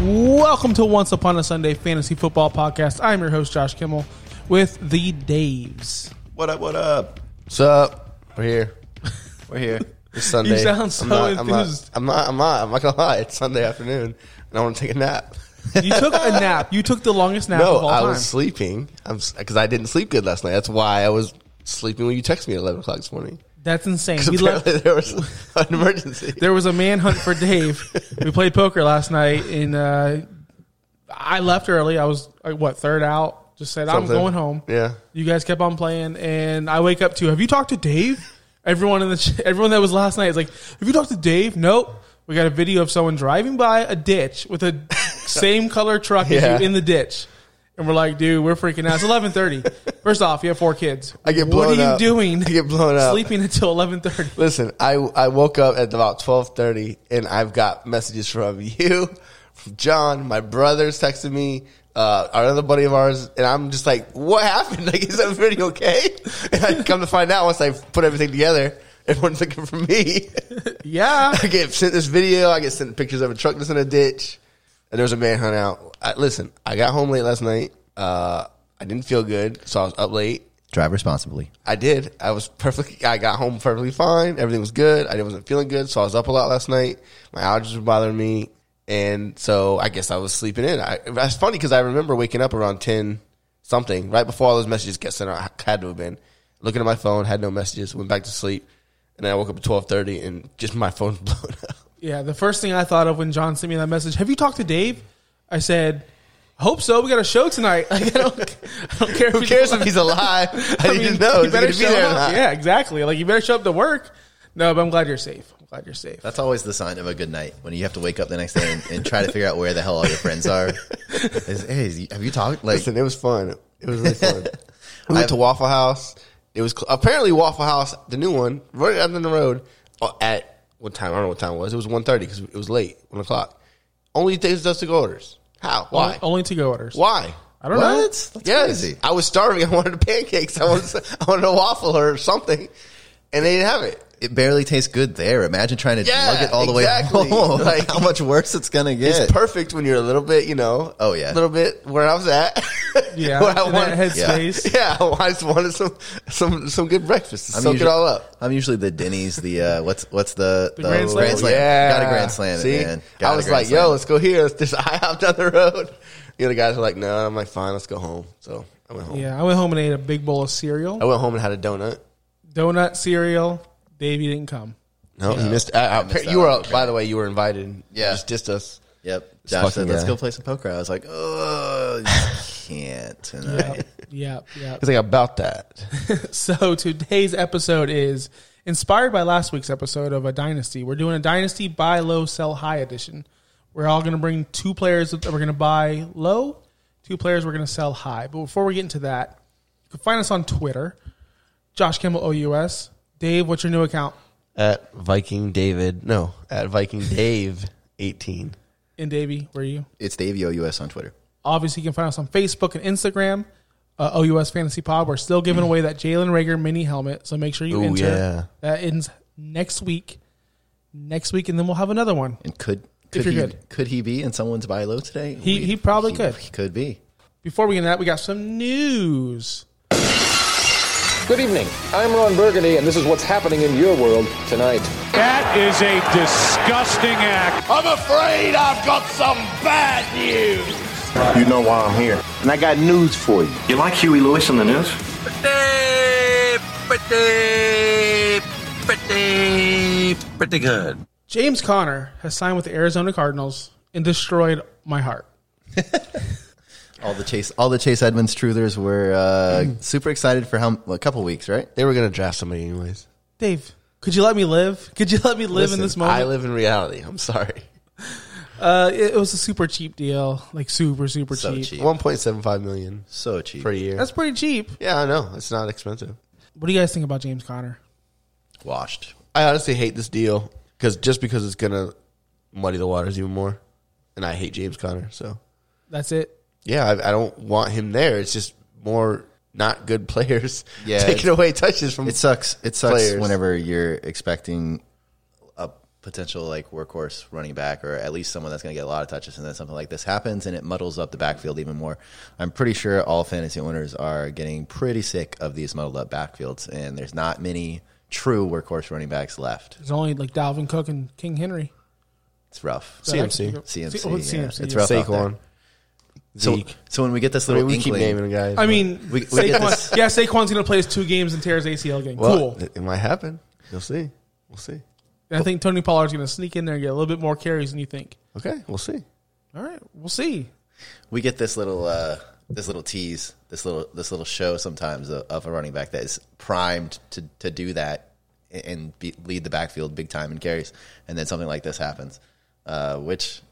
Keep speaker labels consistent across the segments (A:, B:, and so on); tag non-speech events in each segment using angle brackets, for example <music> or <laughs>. A: Welcome to Once Upon a Sunday Fantasy Football Podcast. I'm your host, Josh Kimmel, with the Daves.
B: What up? What up?
C: What's up? We're
A: <laughs>
C: here.
B: We're here.
C: It's Sunday.
A: sound so
C: I'm not, I'm
A: enthused.
C: not, I'm not. I'm not. I'm not gonna lie. It's Sunday afternoon, and I want to take a nap.
A: You took a <laughs> nap. You took the longest nap
C: no,
A: of all
C: I
A: time.
C: was sleeping. I'm because I didn't sleep good last night. That's why I was sleeping when you texted me at 11 o'clock this morning. <laughs>
A: That's insane.
C: 'Cause
A: We left,
C: apparently there was
A: <laughs>
C: an emergency.
A: there was a manhunt for Dave. we played poker last night, and uh, I left early. I was like, what third out. Just said I'm
C: Something.
A: going home.
C: Yeah.
A: You guys kept on playing, and I wake up to. Have you talked to Dave? Everyone in the ch- everyone that was last night is like, have you talked to Dave? Nope. We got a video of someone driving by a ditch with
C: <laughs>
A: a same color truck
C: Yeah.
A: as you in the ditch. And we're like, dude, we're freaking out. It's eleven
C: <laughs>
A: thirty. First off, you have four kids.
C: I get
A: What are
C: blown
A: you
C: up.
A: doing?
C: I get blown up.
A: <laughs> Sleeping until eleven
C: <laughs>
A: thirty.
C: Listen, I I woke up at about twelve thirty, and I've got messages from <laughs> you, from John, my brothers texted me, uh, our other buddy of ours, and I'm just like, what happened? <laughs> Like, is everybody okay? <laughs> And I come to find out once I put everything together, everyone's looking for me. <laughs>
A: Yeah.
C: I get sent this video. I get sent pictures of a truck that's in a ditch, and there was a manhunt out. I, listen, I got home late last night. Uh, I didn't feel good, so I was up late.
B: Drive responsibly.
C: I did. I was perfectly. I got home perfectly fine. Everything was good. I wasn't feeling good, so I was up a lot last night. My allergies were bothering me, and so I guess I was sleeping in. I, that's funny because I remember waking up around ten something, right before all those messages get sent out. I Had to have been looking at my phone. Had no messages. Went back to sleep, and then I woke up at twelve thirty, and just my <laughs> phone's blown
A: <laughs>
C: up.
A: Yeah, the first thing I thought of when John sent me that message, have you talked to Dave? I said, hope so. We got a show tonight. <laughs> Like, I, don't, I don't care.
C: Who
A: if
C: cares if he's alive?
A: <laughs>
C: I, need to know.
A: you better
C: Is <laughs> he gonna be
A: show
C: there or
A: up.
C: not?
A: Yeah, exactly. Like you better show up to work. No, but I'm glad you're safe. I'm glad you're safe.
B: That's always the sign of a good night when you have to wake up the next day and, and try to figure out where the hell all your
C: <laughs>
B: friends are. Is, hey, is- have you talked? Like,
C: Listen, it was fun. It was really fun. we went
B: I've-
C: to Waffle House. It was cl- apparently Waffle House, the new one, right down the road. uh, At what time? I don't know what time it was. It was one thirty because it was late, one o'clock. Only takes us to go orders. How? Why?
A: Only to go orders.
C: Why?
A: I don't know.
B: what? That's
C: Yes,
B: crazy.
C: I was starving. <laughs> I wanted pancakes. I wanted, I wanted a waffle or something, and they didn't have it.
B: It barely tastes good there. Imagine trying to
C: Yeah,
B: lug it all the
C: exactly.
B: way home. <laughs>
C: Like-
B: Like, how much worse it's gonna get?
C: It's perfect when you're a little bit, you know.
B: Oh,
C: a
B: yeah.
C: little bit where I was at.
A: <laughs> Yeah,
C: <laughs> Where I
A: in
C: wanted-
A: that headspace.
C: <laughs> Yeah, I just wanted some some some good breakfast. To soak
B: usually,
C: it all up.
B: I'm usually the Denny's. The uh, what's what's the, the,
A: Grand Slam?
C: Yeah,
B: Got a grand slam.
C: See,
B: man. Gotta
C: I was
B: grand
C: like,
B: slam.
C: "Yo, let's go here. Let's just <laughs> I hopped down the road." The other guys were like, "No." I'm like, "Fine, let's go home." So I went home.
A: Yeah, I went home and ate a big bowl of
C: I
A: cereal,
C: went home and had a donut.
A: donut cereal. Davey didn't
C: <laughs>
A: come.
C: No, you missed. I, I,
B: missed
C: you
B: out.
C: were, by the way, you were invited.
B: Yeah.
C: You just dissed us.
B: Yep.
C: This
B: Josh said,
C: fucking
B: "Let's
C: guy.
B: go play some poker." I was like, "Oh, you can't tonight."
A: Yep, yep, yep.
C: It's like about that.
A: So today's episode is inspired by last week's episode of a dynasty. We're doing a dynasty buy low, sell high edition. We're all going to bring two players that we're going to buy low, two players we're going to sell high. But before we get into that, you can find us on Twitter, Josh Kimball OUS. Dave, what's your new account?
C: At Viking David, no, at Viking Dave eighteen.
A: And Davey, where are you?
B: It's Dave OUS on Twitter.
A: Obviously, you can find us on Facebook and Instagram. Uh, OUS Fantasy Pod. We're still giving away that Jalen Rager mini helmet, so make sure you
C: Ooh,
A: enter.
C: yeah.
A: That ends next week. Next week, and then we'll have another one.
B: And could could
A: you're
B: he
A: good.
B: could he be in someone's buy low today?
A: He- he probably could.
B: He could be.
A: Before we get into that, we got some news.
D: Good evening. I'm Ron Burgundy, and this is what's happening in your world tonight.
E: That is a disgusting act.
F: I'm afraid I've got some bad news. You know why I'm here. And I got news for you. You like Huey Lewis on the news? Pretty, pretty, pretty, pretty good.
A: James Conner has signed with the Arizona Cardinals and destroyed my heart.
B: All the Chase, all the Chase Edmonds truthers were
C: Mm.
B: uh, super excited for how a couple weeks, right?
C: They were going to draft somebody anyways.
A: Dave, could you let me live? Could you let me live in
C: Listen,
A: this moment?
C: I live in reality. I'm sorry.
A: Uh, it, it was a super cheap deal, like super super
B: So
A: cheap.
B: cheap.
C: One point seven five million
B: So cheap.
C: per year.
A: That's pretty cheap.
C: yeah, I know. It's not expensive.
A: What do you guys think about James Conner?
B: washed.
C: I honestly hate this deal because just because it's going to muddy the waters even more, and I hate James Conner. So
A: That's it.
C: yeah, I, I don't want him there. It's just more not good players <laughs>
B: Yeah,
C: taking
B: it's-
C: away touches from.
B: It sucks. It sucks
C: Players.
B: whenever you're expecting a potential like workhorse running back or at least someone that's going to get a lot of touches, and then something like this happens and it muddles up the backfield even more. I'm pretty sure all fantasy owners are getting pretty sick of these muddled up backfields, and there's not many true workhorse running backs left.
A: There's only like Dalvin Cook and King Henry.
B: It's rough.
C: CMC.
B: CMC,
A: Oh, it's
B: yeah.
A: CMC,
B: It's
A: yeah.
B: rough. out
C: Saquon.
B: there. So,
C: Zeke.
B: so when we get this
C: I
B: little
C: mean, we keep
B: inkling,
C: naming guys.
A: I mean,
B: We- we get this.
A: Saquon, yeah, Saquon's going to play his two games and tears ACL game.
C: Well,
A: cool.
C: It, it might happen. You'll see. We'll see.
A: And I think Tony Pollard's going to sneak in there and get a little bit more carries than you think.
C: Okay, we'll see.
A: All right, we'll see.
B: we get this little uh, this little tease, this little this little show sometimes of, of a running back that is primed to to do that and be, lead the backfield big time in carries, and then something like this happens, uh, which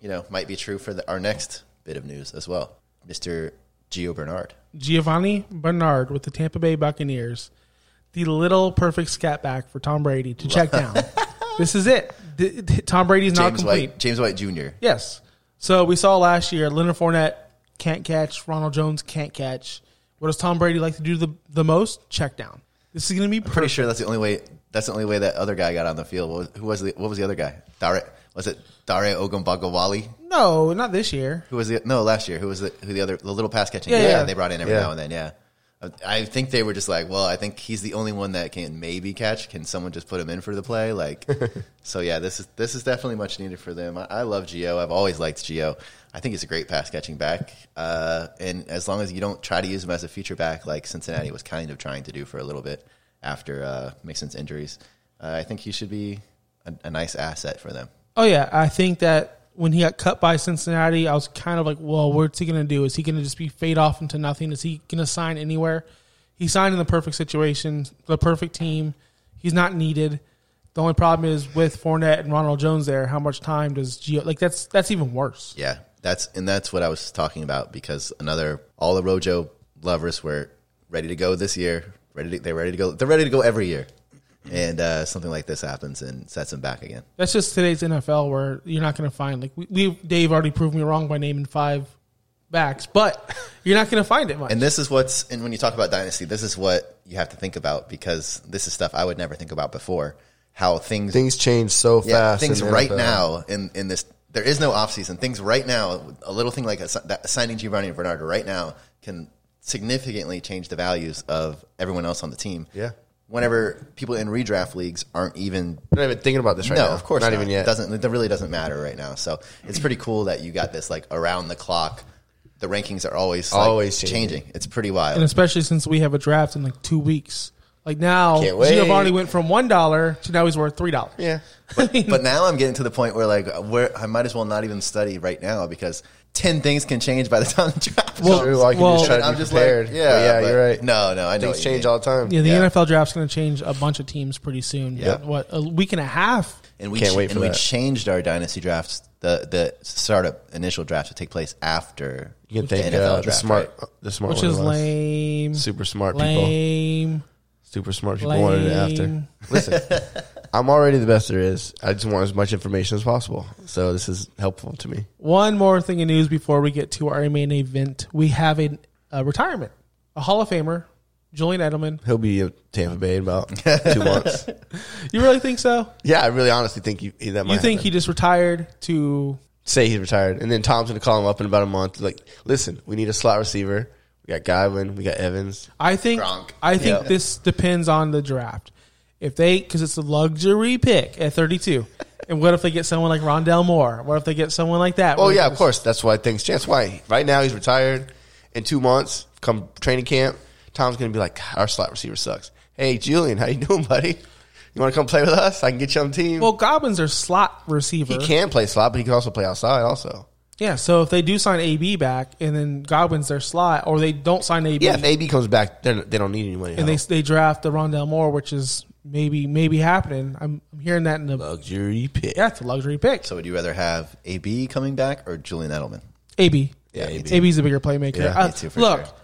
B: you know might be true for the, our next bit of news as well, Mister Gio Bernard.
A: Giovanni Bernard with the Tampa Bay Buccaneers, the little perfect scat back for Tom Brady to
B: <laughs>
A: check down. this is it. D- d- Tom Brady's not
B: James
A: complete.
B: White, James White Jr.
A: Yes. So we saw last year Leonard Fournette can't catch, Ronald Jones can't catch. What does Tom Brady like to do the, the most? Check down. This is going to be
B: Pretty
A: perfect.
B: sure that's the only way. That's the only way that other guy got on the field. What was, who was the What was the other guy? Dare was it Dare Ogunbagawali?
A: No, not this year.
B: Who was the no last year? Who was the who the other the little pass catching?
A: Yeah,
B: guy
A: yeah.
B: they brought in every
C: Yeah.
B: now and then. Yeah, I I think they were just like, well, I think he's the only one that can maybe catch. Can someone just put him in for the play? Like,
A: <laughs>
B: so yeah, this is this is definitely much needed for them. I, I love Gio. I've always liked Gio. I think he's a great pass catching back. Uh, and as long as you don't try to use him as a feature back, like Cincinnati was kind of trying to do for a little bit after uh, Mixon's injuries, uh, I think he should be a, a nice asset for them.
A: Oh yeah, I think that when he got cut by Cincinnati, I was kind of like, "Well, what's he going to do? Is he going to just be fade off into nothing? Is he going to sign anywhere?" He signed in the perfect situation, the perfect team. He's not needed. The only problem is with Fournette and Ronald Jones there. How much time does Gio like? That's that's even worse.
B: Yeah, that's and that's what I was talking about because another all the Rojo lovers were ready to go this year. Ready, to, they're ready to go. They're ready to go every year, and uh, something like this happens and sets them back again.
A: That's just today's NFL where you're not going to find like we, we Dave already proved me wrong by naming five backs, but <laughs> you're not going to find it much.
B: And this is what's and when you talk about dynasty, this is what you have to think about because this is stuff I would never think about before. How things
C: Things change so
B: yeah,
C: fast.
B: things
C: in the
B: right
C: NFL.
B: now in, in this there is no offseason things right now a little thing like assi- that signing giovanni bernardo right now can significantly change the values of everyone else on the team
C: Yeah.
B: whenever people in redraft leagues aren't even
C: I'm not even thinking about this right
B: no,
C: now.
B: of course
C: not,
B: not.
C: even yet.
B: It doesn't it really doesn't matter right now. So it's pretty cool that you got this like around the clock. The rankings are always like,
C: Always changing.
B: It's pretty
A: and
B: wild.
A: especially since we have a draft in like two weeks. Like now,
C: Can't wait.
A: Giovanni went from one dollar to now he's worth three dollars. <laughs>
C: Yeah.
B: But now I'm getting to the point where like where I might as well not even study right now because ten things can change by the time the draft.
A: Well,
B: comes.
C: True, all you can
A: well-
C: just try to
B: I'm
C: be
B: just
C: prepared.
B: like,
C: But
B: yeah,
C: yeah,
B: but
C: you're right.
B: No, no, I know what
C: Things
B: you
C: change
B: mean.
C: all the time.
A: Yeah, the
B: Yeah.
A: NFL draft's going to change a bunch of teams pretty soon.
B: Yep.
A: What a week and a half?
B: And we
C: Can't
B: ch-
C: wait for
B: and we
C: that.
B: changed our dynasty drafts. The the startup initial draft to take place after
C: You can
B: the
C: thank
B: NFL
C: uh, the
B: draft,
C: smart,
B: right?
C: the smart,
A: Which
C: one
A: is
C: of us.
A: lame.
C: Super smart people.
A: lame.
C: Super smart people
A: Lame.
C: wanted it after.
A: <laughs>
C: Listen, I'm already the best there is. I just want as much information as possible. So this is helpful to me.
A: One more thing in news before we get to our main event. We have a, a retirement, a Hall of Famer, Julian Edelman.
C: He'll be at Tampa Bay in about
B: <laughs>
C: two months.
A: You really think so?
C: Yeah, I really honestly think he, he- that might
A: You think he
C: happen.
A: just retired to?
C: say he's retired, and then Tom's gonna call him up in about a month. Like, listen, we need a slot receiver. We got Godwin. We got Evans.
A: I think.
B: Gronk.
A: I think
B: Yeah.
A: this depends on the draft. If they, because it's a luxury pick at thirty-two, and what if they get someone like Rondell Moore? What if they get someone like that?
C: Oh
A: What if
C: yeah,
A: they-
C: of course. That's why things change. That's Why right now he's retired. In two months, come training camp, Tom's gonna be like, "God, our slot receiver sucks. Hey, Julian, how you <laughs> doing, buddy? You want to come play with us? I can get you on the team.
A: Well, Goblins are slot receiver.
C: He can play slot, but he can also play outside. Also,
A: Yeah, so if they do sign AB back and then Godwin's their slot, or they don't sign AB,
C: yeah. If AB comes back, they're- they don't need anybody.
A: and they they draft the Rondell Moore, which is maybe maybe happening. I'm, I'm hearing that in the
C: luxury pick.
A: Yeah, it's a luxury pick.
B: So would you rather have AB coming back or Julian Edelman?
A: AB.
B: Yeah,
A: AB.
B: AB.
A: AB's a bigger playmaker.
B: Yeah,
A: Uh,
B: me too, for
A: look,
B: sure.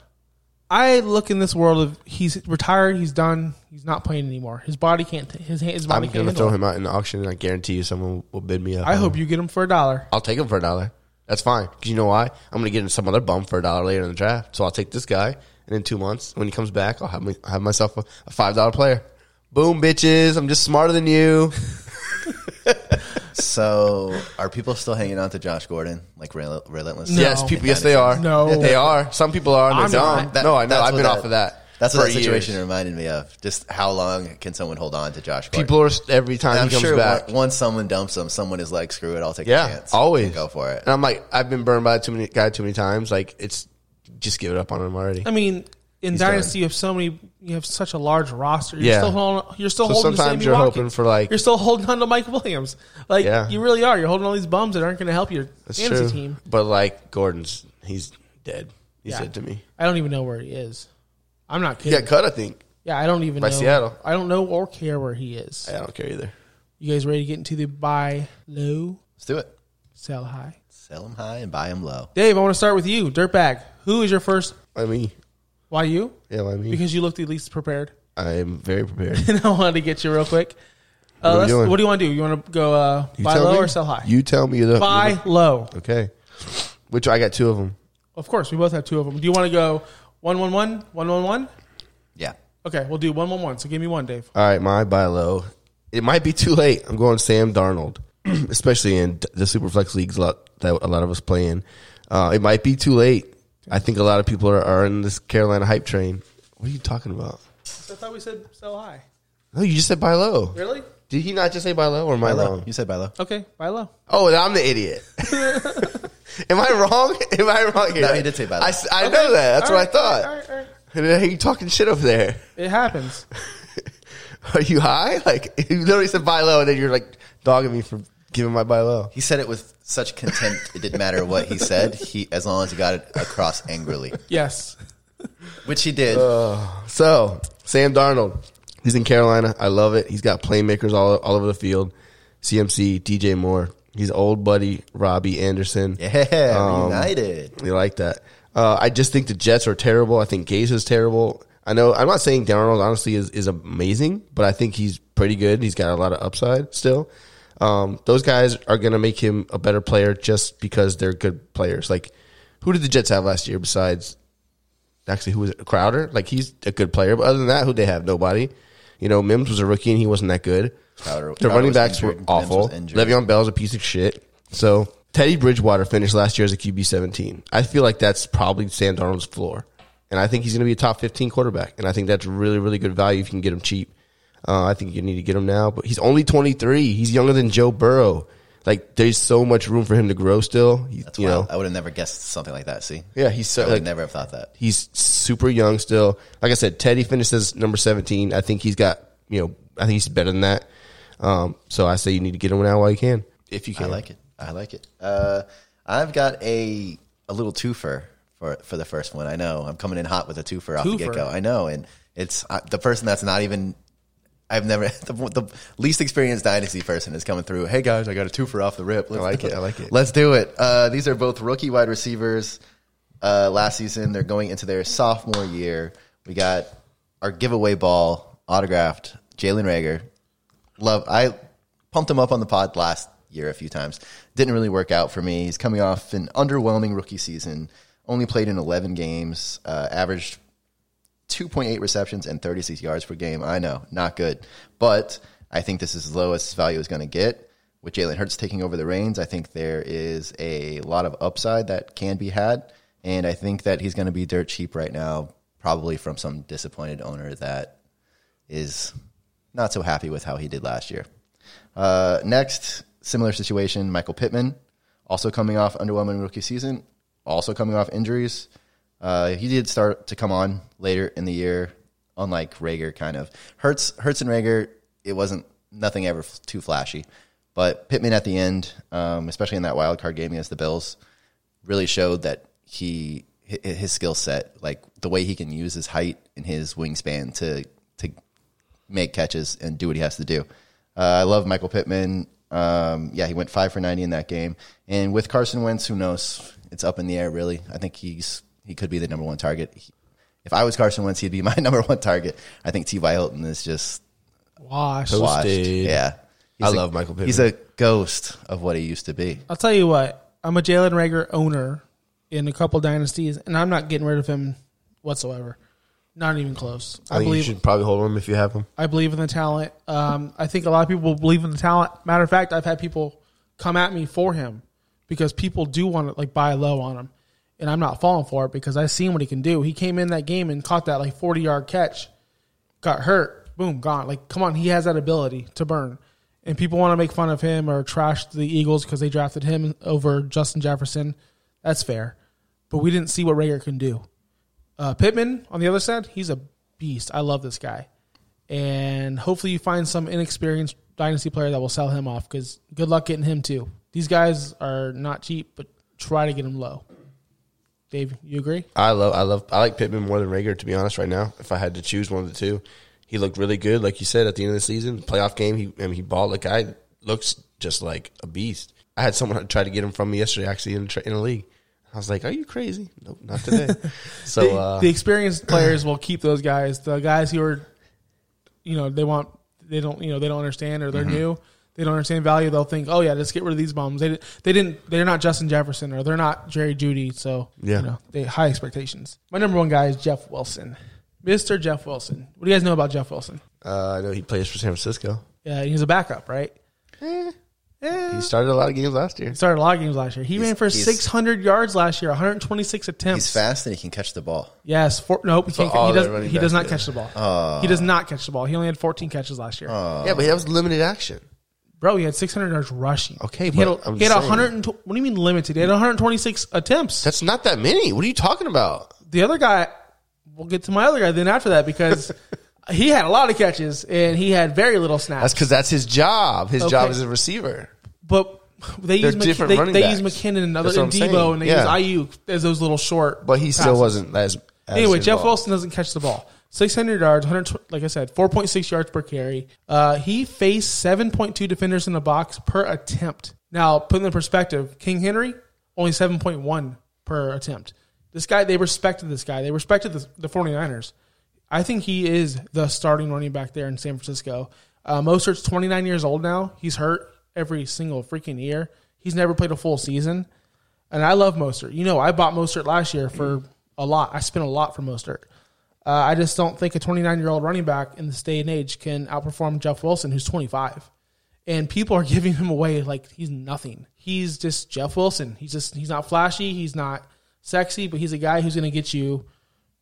A: I look in this world of he's retired, he's done, he's not playing anymore. His body can't. ta- His ha- his
C: I'm
A: body
C: going
A: can't.
C: to throw
A: handle it.
C: him out in the auction, and I guarantee you someone will bid me up.
A: I hope you get him for a dollar.
C: I'll take him for a dollar. That's fine. Because you know why? I'm going to get some other bum for a dollar later in the draft. So I'll take this guy. And in two months, when he comes back, I'll have, me, have myself a, a $5 player. Boom, bitches. I'm just smarter than you.
B: So are people still hanging on to Josh Gordon like rel- relentless?
C: No.
B: <laughs>
C: Yes, people- yes, they are. No. Yeah, they are. Some people are, and they're I'm dumb. not. No, I know.
B: that's
C: I've
B: what
C: been off of that
B: That's what
C: for
B: that situation
C: years.
B: reminded me of. Just how long can someone hold on to Josh? Gordon?
C: People are, every time
B: And I'm
C: he comes
B: sure
C: back.
B: on- once someone dumps him, someone is like, "Screw it, I'll take
C: Yeah,
B: a chance."
C: always. Uh,
B: go for it.
C: And I'm like, I've been burned by too many guy too many times. Like, it's just give it up on him already.
A: I mean, in
C: He's
A: Dynasty,
C: done.
A: you have so many. You have such a large roster. You're
C: Yeah.
A: still holding. You're still
C: So
A: holding.
C: sometimes
A: Sammy
C: you're
A: Watkins.
C: hoping for, like-
A: you're still holding on to Mike Williams. Like
C: Yeah.
A: you really are. You're holding all these bums that aren't going to help your
C: That's
A: fantasy
C: true.
A: team.
C: But like Gordon's, he's dead. He
A: Yeah.
C: said to me,
A: I don't even know where he is. I'm not
C: "He
A: kidding.
C: got cut." I think.
A: Yeah, I don't even
C: By
A: know.
C: Seattle.
A: I don't know or care where he is.
C: I don't care either.
A: You guys ready to get into the buy low,
B: Let's do it.
A: sell high?
B: Sell him high and buy him low.
A: Dave, I want to start with you, dirtbag. Who is your first?
C: I mean,
A: Why you?
C: yeah, I mean,
A: Because you looked the least prepared, <laughs>
C: I'm very prepared.
A: and I wanted to get you real quick.
C: What
A: Uh,
C: are we
A: let's-
C: doing?
A: what do you want to do? You want to go uh, <laughs>
C: You
A: buy
C: tell
A: low
C: me.
A: or sell high?
C: You tell me the
A: buy low.
C: Okay, which I got two of them.
A: Of course, we both have two of them. Do you want to go one one one one one one?
B: Yeah.
A: Okay, we'll do one one one. So give me one, Dave.
C: All right, my buy low. It might be too late. I'm going Sam Darnold, <clears throat> especially in the Superflex leagues a lot that a lot of us play in. Uh, it might be too late. I think a lot of people are, are in this Carolina hype train. What are you talking about?
A: I thought we said sell high.
C: No, you just said buy low.
A: Really?
C: Did he not just say buy low or am I
B: Buy low.
C: wrong?
B: You said buy low.
A: Okay, buy low.
C: Oh, then I'm the idiot.
A: <laughs>
C: am I wrong? Am I wrong here?
B: No, he did say buy low.
C: I, s- I know that. That's
A: All
C: what
A: right,
C: I thought.
A: all right, all right.
C: And then you talking shit over there. <laughs>
A: It happens.
C: Are you high? Like <laughs> you literally said buy low, and then you're like dogging me for giving my buy low.
B: He said it with such contempt. it didn't matter what he said. He, as long as he got it across angrily,
A: Yes.
B: which he did.
C: Uh, So Sam Darnold, he's in Carolina. I love it. He's got playmakers all all over the field. CMC, DJ Moore. He's old buddy Robbie Anderson.
A: <laughs>
B: yeah,
C: Um,
B: United.
C: You like that? Uh, I just think the Jets are terrible. I think Gase is terrible. I know. I'm not saying Darnold honestly is, is amazing, but I think he's pretty good. He's got a lot of upside still. Um, those guys are going to make him a better player just because they're good players. Like, who did the Jets have last year besides actually who was it? Crowder? Like he's a good player, but other than that, who they have nobody. You know, Mims was a rookie and he wasn't that good.
B: Crowder-
C: the
B: Crowder
C: running
B: was
C: backs
B: injured.
C: were
B: Mims
C: awful.
B: was injured.
C: Le'Veon Bell's a piece of shit. So Teddy Bridgewater finished last year as a QB seventeen. I feel like that's probably Sam Darnold's floor, and I think he's going to be a top fifteen quarterback. And I think that's really really good value if you can get him cheap. Uh, I think you need to get him now, but he's only twenty three. He's younger than Joe Burrow. Like there's so much room for him to grow still. He-
B: That's
C: you
B: wild.
C: know,
B: I would have never guessed something like that. See,
C: yeah, he's so
B: I would
C: like,
B: never have thought that.
C: He's super young still. Like I said, Teddy finishes number 17. I think he's got, you know, I think he's better than that. Um, so I say you need to get him now while you can. If you can.
B: I like it. I like it. Uh, I've got a a little twofer for for the first one. I know I'm coming in hot with a twofer off the
A: Twofer.
B: get go. I know, and it's uh, the person that's not even. I've never <laughs> the, the least experienced dynasty person is coming through. Hey guys, I got a twofer off the rip. Let's
C: I like
B: do
C: it. I like it.
B: Let's do it. Uh, these are both rookie wide receivers. Uh, last season, they're going into their sophomore year. We got our giveaway ball autographed. Jalen Rager, love I pumped him up on the pod last year a few times. Didn't really work out for me. He's coming off an underwhelming rookie season. Only played in 11 games, uh, averaged 2.8 receptions and 36 yards per game. I know, not good. But I think this is as low as his value is going to get. With Jalen Hurts taking over the reins, I think there is a lot of upside that can be had. And I think that he's going to be dirt cheap right now, probably from some disappointed owner that is not so happy with how he did last year. Uh, next, similar situation, Michael Pittman, also coming off underwhelming rookie season, also coming off injuries. Uh, he did start to come on later in the year, unlike Rager, kind of. Hertz, Hertz and Rager it wasn't nothing ever f- too flashy. But Pittman at the end, um, especially in that wild card game against the Bills, really showed that he hi- his skill set, like the way he can use his height and his wingspan to to make catches and do what he has to do. Uh, I love Michael Pittman. Um, yeah, he went five for ninety in that game, and with Carson Wentz, who knows? It's up in the air, really. I think he's he could be the number one target. He- if I was Carson Wentz, he'd be <laughs> my number one target. I think T. Y. Hilton is just
A: Wash.
B: washed.
C: Toasted.
B: Yeah,
C: I
B: He's a-
C: love Michael Pittman.
B: He's a ghost of what he used to be.
A: I'll tell you what, I'm a Jalen Rager owner in a couple dynasties, and I'm not getting rid of him whatsoever. Not even close. I,
C: I, think
A: believe
C: Oh, you should probably hold him if you have him.
A: I believe in the talent. Um, I think a lot of people believe in the talent. Matter of fact, I've had people come at me for him because people do want to like buy low on him, and I'm not falling for it because I've seen what he can do. He came in that game and caught that like 40 yard catch, got hurt, boom, gone. Like, come on, he has that ability to burn, and people want to make fun of him or trash the Eagles because they drafted him over Justin Jefferson. That's fair, but we didn't see what Rager can do. Uh, Pittman on the other side, he's a beast. I love this guy, and hopefully you find some inexperienced dynasty player that will sell him off. Because good luck getting him too. These guys are not cheap, but try to get him low. Dave, you agree?
C: I love, I love, I like Pittman more than Rager to be honest. Right now, if I had to choose one of the two, he looked really good, like you said at the end of the season, playoff game. He, I mean, he balled. Like I looks just like a beast. I had someone <laughs> try to get him from me yesterday, actually in, a tra- in a league. I was like, "Are you crazy? Nope, not <laughs> today." so
A: the,
C: uh,
A: the experienced players will keep those guys. The guys who are, you know, they want they don't you know they don't understand or they're
B: Mm-hmm.
A: new. They don't understand value. They'll think, oh yeah, let's get rid of these bums. They they didn't. They're not Justin Jefferson or they're not Jerry Judy. So
C: Yeah.
A: you know, they high expectations. My number one guy is Jeff Wilson, Mister Jeff Wilson. What do you guys know about Jeff Wilson?
C: uh, I know he plays for San Francisco.
A: Yeah, he's a backup, right?
C: Eh, He started a lot of games last year.
A: He started a lot of games last year. He ran for
B: he's-
A: 600 yards last year, 126 attempts.
B: He's fast and he can catch the ball.
A: Yes, four, nope. He, can't,
C: all
A: he
C: their
A: does.
C: running
A: He does not
C: backs Uh.
A: catch the ball. he does not catch the ball. He only had 14 catches last year.
C: yeah, but that was limited action.
A: Bro, he had 600 yards rushing.
C: Okay,
A: he had,
C: but I'm
A: he had
C: saying-
A: 100. What do you mean limited? He had 126 attempts.
C: That's not that many. What are you talking about?
A: the other guy, we'll get to my other guy then after that
C: <laughs>
A: because he had a lot of catches and he had very little snaps.
C: That's because that's his job. His job
A: Okay.
C: is a receiver.
A: but they
C: They're
A: use McK-
C: different
A: they,
C: running
A: they use
C: backs.
A: McKinnon and other
C: That's what
A: and
C: I'm saying.
A: Debo and they
C: Yeah.
A: use IU as those little short.
C: But he still
A: passes.
C: wasn't as. as
A: Anyway, Jeff
C: involved.
A: Wilson doesn't catch the ball. 600 yards, 100, like I said, 4.6 yards per carry. Uh, he faced 7.2 defenders in the box per attempt. Now, put in perspective, King Henry, only 7.1 per attempt. This guy, they respected this guy. They respected the, the 49ers. I think he is the starting running back there in San Francisco. Uh, Mostert's 29 years old now. He's hurt every single freaking year. He's never played a full season. And I love Mostert. You know, I bought Mostert last year for a lot. I spent a lot for Mostert. Uh, I just don't think a 29 year old running back in this day and age can outperform Jeff Wilson, who's 25. And people are <laughs> giving him away like he's nothing. He's just Jeff Wilson. He's just he's not flashy. He's not sexy, but he's a guy who's going to get you,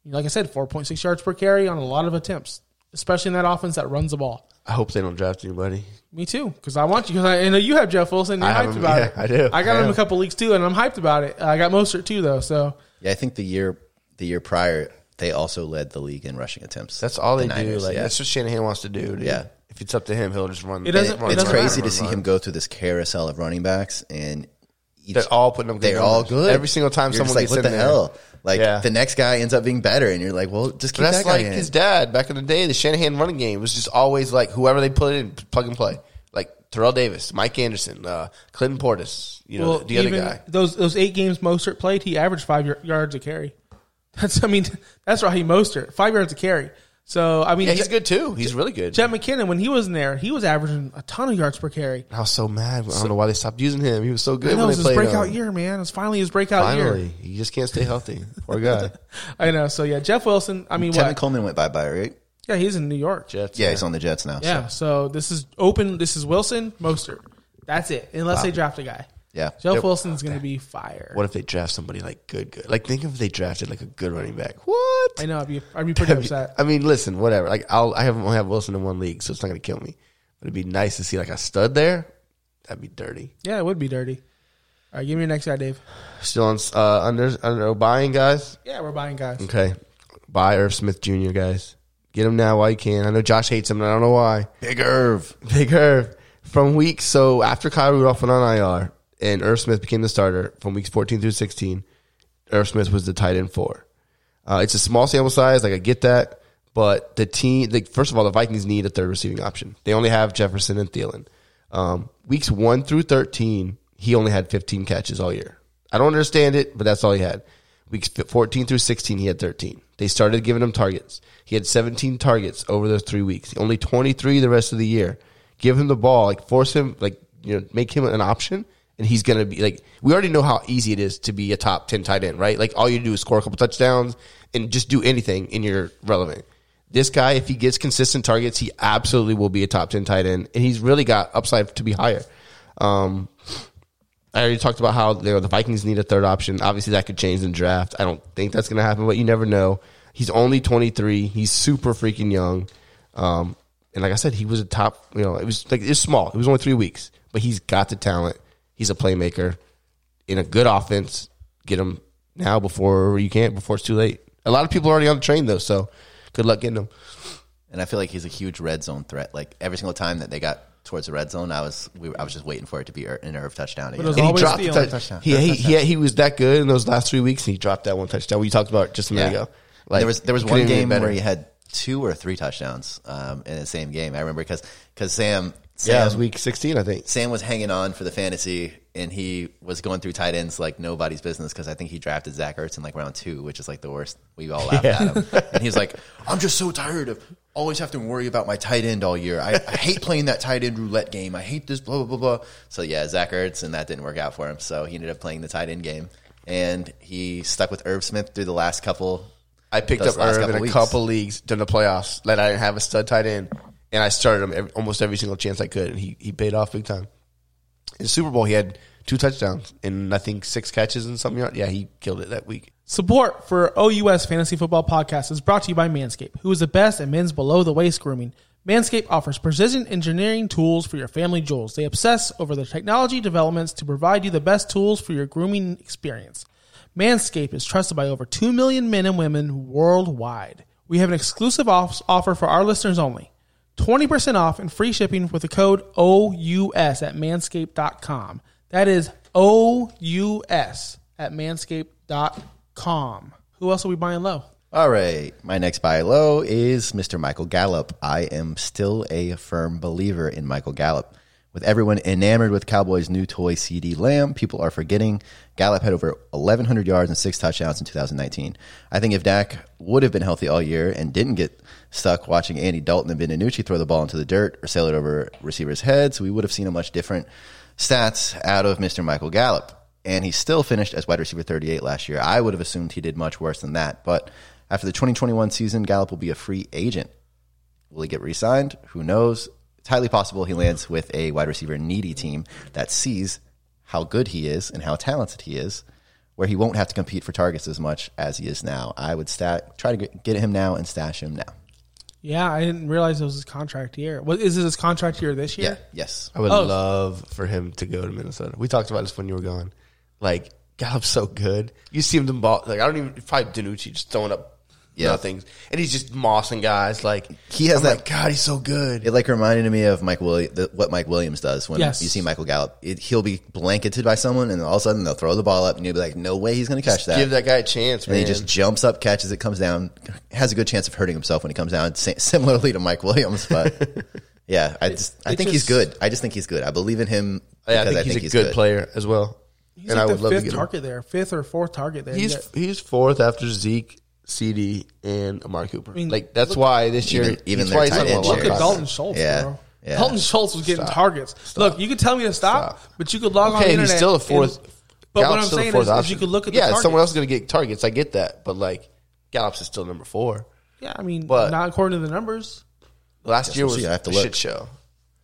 A: like I said, 4.6 yards per carry on a lot of attempts, especially in that offense that runs the ball.
C: I hope they don't draft anybody.
A: Me too, because I want you. Because I, I know you have Jeff Wilson. You're
C: I have
A: hyped
C: him,
A: about
C: yeah,
A: it.
C: I do.
A: I got
C: I
A: him
C: am.
A: a couple leaks too, and I'm hyped about it. Uh, I got Mostert too, though. So
B: Yeah, I think the year the year prior they also led the league in rushing attempts.
C: That's all
B: The
C: they do.
B: Niners,
C: Like
B: yeah.
C: that's what Shanahan wants to do. Dude.
B: Yeah.
C: If it's up to him, he'll just run.
A: It doesn't-
C: run,
A: it
B: it's
A: doesn't
B: crazy
A: matter.
B: to see him go through this carousel of running backs and each,
C: They're all putting up good
B: they're all
C: numbers.
B: good
C: Every single time
B: You're just
C: someone
B: like
C: gets
B: what
C: in
B: the
C: there."
B: hell like
C: Yeah.
B: the next guy ends up being better and you're like well just keep
C: But that's
B: that guy
C: like
B: in.
C: his dad back in the day. The Shanahan running game was just always like whoever they put in, plug and play. Like Terrell Davis, Mike Anderson, uh, Clinton Portis. You know
A: well,
C: the, the other
A: even
C: guy.
A: Those those eight games Mostert played, he averaged five y- yards a carry. <laughs> That's I mean that's Raheem Mostert, five yards a carry. So I mean,
C: Yeah, he's good too. He's really good.
A: Jet McKinnon when he was in there, he was averaging a ton of yards per carry.
C: I was so mad. I don't know why they stopped using him. He was so good
A: I know it
C: when they
A: was his
C: played
A: breakout
C: him.
A: year, man. It's finally his breakout
C: Finally,
A: year.
C: he just can't stay healthy.
A: <laughs>
C: Poor guy.
A: I know. So yeah, Jeff Wilson. I mean,
B: Tevin
A: what?
B: Coleman went bye bye right
A: Yeah, he's in New York.
C: Jets.
B: yeah he's on the Jets now
A: Yeah.
B: so,
A: So this is open. This is Wilson Mostert. That's it. Unless they draft a guy.
B: yeah
A: Jeff Wilson's going to be fire.
C: What if they draft somebody like good, good? Like think if they drafted like a good running back. What?
A: I know. I'd be, I'd be pretty
C: Have you-
A: upset.
C: <laughs> I mean, listen, whatever. Like I'll I have only have Wilson in one league, so it's not gonna kill me. But it'd be nice to see like a stud there. That'd be dirty.
A: Yeah, it would be dirty. All right, give me your next guy, Dave.
C: Still on uh, under under buying guys.
A: Yeah, we're buying guys.
C: Okay, buy Irv Smith Jr. guys. Get him now while you can. I know Josh hates him, and I don't know why.
B: Big Irv.
C: Big Irv. From week so after Kyle Rudolph went on IR and Irv Smith became the starter from weeks 14 through 16, Irv Smith was the tight end four. Uh, it's a small sample size. Like I get that, but the team. The, first of all, the Vikings need a third receiving option. They only have Jefferson and Thielen. Um, weeks one through 13, he only had 15 catches all year. I don't understand it, but that's all he had. Weeks 14 through 16, he had 13. They started giving him targets. He had 17 targets over those three weeks. Only 23 the rest of the year. Give him the ball, like force him, like you know, make him an option, and he's gonna be like. We already know how easy it is to be a top 10 tight end, right? Like all you do is score a couple touchdowns and just do anything, and you're relevant. This guy, if he gets consistent targets, he absolutely will be a top 10 tight end, and he's really got upside to be higher. Um, I already talked about how you know, the Vikings need a third option. Obviously, that could change in draft. I don't think that's going to happen, but you never know. He's only 23. He's super freaking young. Um, and like I said, he was a top, you know, it was like, it's small. It was only three weeks, but he's got the talent. He's a playmaker in a good offense. Get him now before you can't, before it's too late. A lot of people are already on the train, though, so good luck getting him.
B: And I feel like he's a huge red zone threat. Like every single time that they got towards the red zone, I was we were, I was just waiting for it to be Ir- an Irv touchdown
A: it was
B: again.
C: And
A: Always
C: he dropped the
A: the only
C: touch-
A: touchdown.
C: He, he, he, he was that good in those last three weeks, and he dropped that one touchdown we talked about just a minute ago.
B: Like, there was there was
C: couldn't
B: one
C: even be
B: game
C: better.
B: where he had two or three touchdowns um, in the same game. I remember because because Sam, Sam
C: yeah, it was week 16, I think.
B: Sam was hanging on for the fantasy, and he was going through tight ends like nobody's business because I think he drafted Zach Ertz in like round two, which is like the worst. We all laughed at him, and he was like, "I'm just so tired of always having to worry about my tight end all year. I, I hate playing that tight end roulette game. I hate this blah blah blah blah." So yeah, Zach Ertz, and that didn't work out for him. So he ended up playing the tight end game, and he stuck with Herb Smith through the last couple.
C: I picked
B: those
C: up
B: last
C: Irv in a
B: weeks.
C: couple leagues during the playoffs that I didn't have a stud tight end, and I started him every, almost every single chance I could, and he, he paid off big time. In the Super Bowl, he had two touchdowns and I think six catches and something. Yeah, he killed it that week.
A: Support for OUS Fantasy Football Podcast is brought to you by Manscaped, who is the best at men's below the waist grooming. Manscaped offers precision engineering tools for your family jewels. They obsess over the technology developments to provide you the best tools for your grooming experience. Manscaped is trusted by over 2 million men and women worldwide. We have an exclusive off- offer for our listeners only 20% off and free shipping with the code OUS at manscaped.com. That is OUS at manscaped.com. Who else are we buying low?
B: All right, my next buy low is Mr. Michael Gallup. I am still a firm believer in Michael Gallup. With everyone enamored with Cowboys' new toy CD Lamb, people are forgetting Gallup had over 1,100 yards and six touchdowns in 2019. I think if Dak would have been healthy all year and didn't get stuck watching Andy Dalton and Ben DiNucci throw the ball into the dirt or sail it over receivers' heads, we would have seen a much different stats out of Mr. Michael Gallup and he still finished as wide receiver 38 last year. I would have assumed he did much worse than that, but after the 2021 season, Gallup will be a free agent. Will he get re signed? Who knows? It's highly possible he lands with a wide receiver needy team that sees how good he is and how talented he is, where he won't have to compete for targets as much as he is now. I would stat, try to get- get him now and stash him now.
A: Yeah, I didn't realize it was his contract year. What is it his contract year this year?
B: Yeah, yes.
C: I would
A: Oh.
C: love for him to go to Minnesota. We talked about this when you were gone. Like Gallup's so good. You see him the ball. Like I don't even probably Danucci just throwing up
B: Yeah.
C: nothings, and he's just mossing guys. Like
B: He has
C: I'm
B: that-
C: like, God, he's so good.
B: It like reminded me of Mike Williams, what Mike Williams does when
A: Yes.
B: you see Michael Gallup. It, he'll be blanketed by someone, and all of a sudden they'll throw the ball up, and you'll be like, "No way, he's going to catch that."
C: Give that guy a chance,
B: and
C: man.
B: he just jumps up, catches it, comes down, has a good chance of hurting himself when he comes down. sa- Similarly to Mike Williams,
C: <laughs>
B: but yeah, I just I
A: it
B: think
A: just-
B: he's good. I just think he's good. I believe in him
C: Yeah, I
B: because
C: think he's a good, player as well.
A: He's
C: and
A: like
C: I
A: the
C: would love to
A: fifth
C: get him.
A: target there, fifth or fourth target there.
C: He's
A: Yeah.
C: he's fourth after Zeke, CD, and Amari Cooper.
A: mean,
C: like that's why this year,
B: even- even
C: that's
B: their
C: why he's
B: tight
C: not
B: end
C: gonna
A: Look
B: shit.
A: at
C: lock us.
A: Dalton Schultz,
B: Yeah.
A: bro.
B: Yeah.
A: Dalton Schultz was getting targets. Look, you could tell me to stop,
C: Stop.
A: but you could log on. the
C: Okay, he's
A: internet
C: still a fourth.
A: and- but what
C: Gallup's
A: I'm
C: still the
A: saying
C: fourth
A: is, is
C: option.
A: you could look at
C: yeah,
A: the
C: someone
A: targets.
C: else is going to get targets. I get that, but like Gallup's is still number four.
A: Yeah, I mean,
C: but-
A: not according to the numbers.
C: Last year
B: we'll
C: was
B: see. I have to
C: a
B: look.
C: shit show.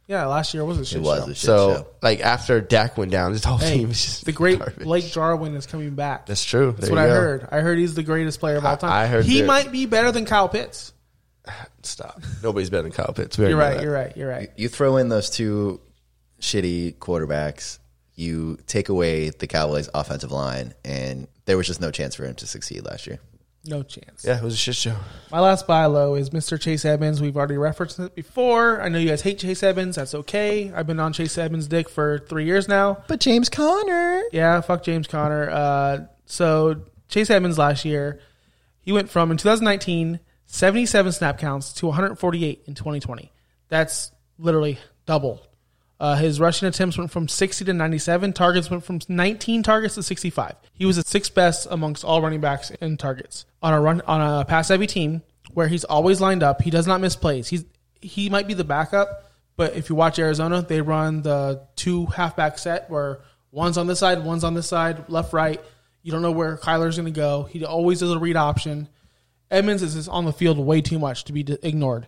A: Yeah, last year was a shit
B: It was
A: show.
B: a shit
C: so
B: show.
C: like after Dak went down, <laughs> this whole
A: Hey,
C: team was just
A: the great
C: garbage.
A: Blake Jarwin is coming back.
C: That's true.
A: That's
C: There
A: what I
C: you go.
A: heard. I heard he's the greatest player of all
C: I-
A: time.
C: I heard
A: he
C: that.
A: might be better than Kyle Pitts.
C: Stop. Nobody's better than Kyle Pitts. We already
A: You're
C: know
A: right.
C: that.
A: You're right. You're right.
B: You throw in those two shitty quarterbacks, you take away the Cowboys' offensive line, and there was just no chance for him to succeed last year.
A: No chance.
C: Yeah, it was a shit show.
A: My last buy low is Mr. Chase Evans. We've already referenced it before. I know you guys hate Chase Evans. That's okay. I've been on Chase Evans' dick for three years now.
G: But James Conner.
A: Yeah, fuck James Conner. Uh, so Chase Edmonds last year, he went from in 2019 77 snap counts to 148 in 2020. That's literally double. Uh, his rushing attempts went from 60 to 97. Targets went from 19 targets to 65. He was the sixth best amongst all running backs in targets on a run on a pass heavy team where he's always lined up. He does not miss plays. He's he might be the backup, but if you watch Arizona, they run the two halfback set where one's on this side, one's on this side, left right. You don't know where Kyler's going to go. He always does a read option. Edmonds is just on the field way too much to be d- ignored,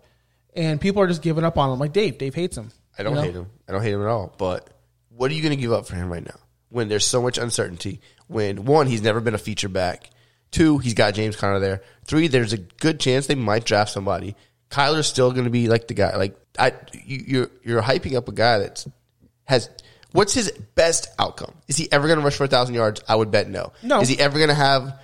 A: and people are just giving up on him. Like Dave, Dave hates him.
C: I don't
A: You know?
C: hate him. I don't hate him at all. But what are you going to give up for him right now? When there's so much uncertainty. When one, he's never been a feature back. Two, he's got James Conner there. Three, there's a good chance they might draft somebody. Kyler's still going to be like the guy. Like I, you, you're you're hyping up a guy that's has. What's his best outcome? Is he ever going to rush for a thousand yards? I would bet no.
A: No.
C: Is he ever going to have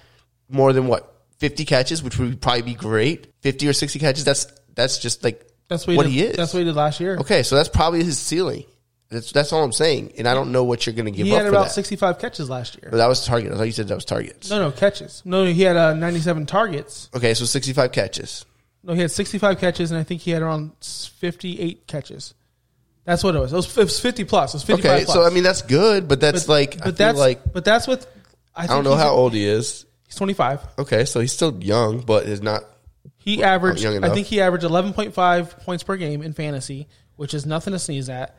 C: more than what fifty catches, which would probably be great? Fifty or sixty catches. That's that's just like
A: That's what he, did,
C: he is.
A: That's what he did last year.
C: Okay, so that's probably his ceiling. That's that's all I'm saying, and I don't know what you're going to give
A: He
C: up
A: had
C: for
A: about
C: that.
A: 65 catches last year.
C: but that was target. I thought you said that was targets.
A: No, no catches. No, he had uh, 97 targets.
C: Okay, so 65 catches.
A: No, he had 65 catches, and I think he had around 58 catches. That's what it was. It was, it was 50 plus. It was 55
C: Okay,
A: plus.
C: so I mean that's good, but that's like I feel
A: but that's
C: like
A: but that's what I,
C: I
A: think
C: don't know
A: he's-
C: how old he is.
A: He's 25.
C: Okay, so he's still young, but is not.
A: He averaged,
C: young
A: I
C: enough.
A: think he averaged 11.5 points per game in fantasy, which is nothing to sneeze at.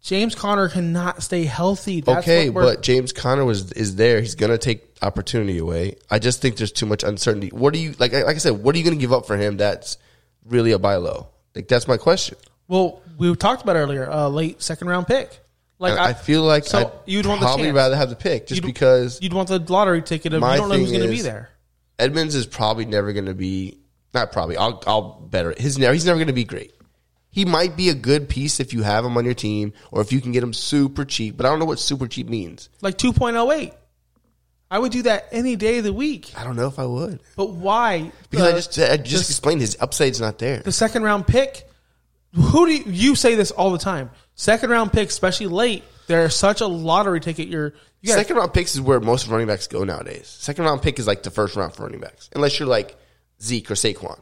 A: James Conner cannot stay healthy. That's
C: okay,
A: what we're-
C: but James Conner was is there. He's going to take opportunity away. I just think there's too much uncertainty. What do you like? Like I said, what are you going to give up for him? That's really a buy low. Like that's my question.
A: well, we talked about earlier, uh, late second round pick. Like
C: And I, feel like
A: so
C: I'd
A: you'd want the
C: probably
A: chance.
C: rather have the pick just because
A: you'd want the lottery ticket. Of, you don't know who's going to
C: is,
A: be there.
C: Edmonds is probably never going to be not probably. I'll I'll bet it. His he's never going to be great. He might be a good piece if you have him on your team or if you can get him super cheap. But I don't know what super cheap means.
A: Like two point oh eight. I would do that any day of the week.
C: I don't know if I would
A: But why?
C: because
A: the-
C: I just I just
A: the-
C: explained his upside's not there.
A: the second round pick. Who do you, you say this all the time? Second round pick, especially late, they're such a lottery ticket. You're you gotta-
C: Second round picks is where most running backs go nowadays. Second round pick is like the first round for running backs, unless you're like Zeke or Saquon.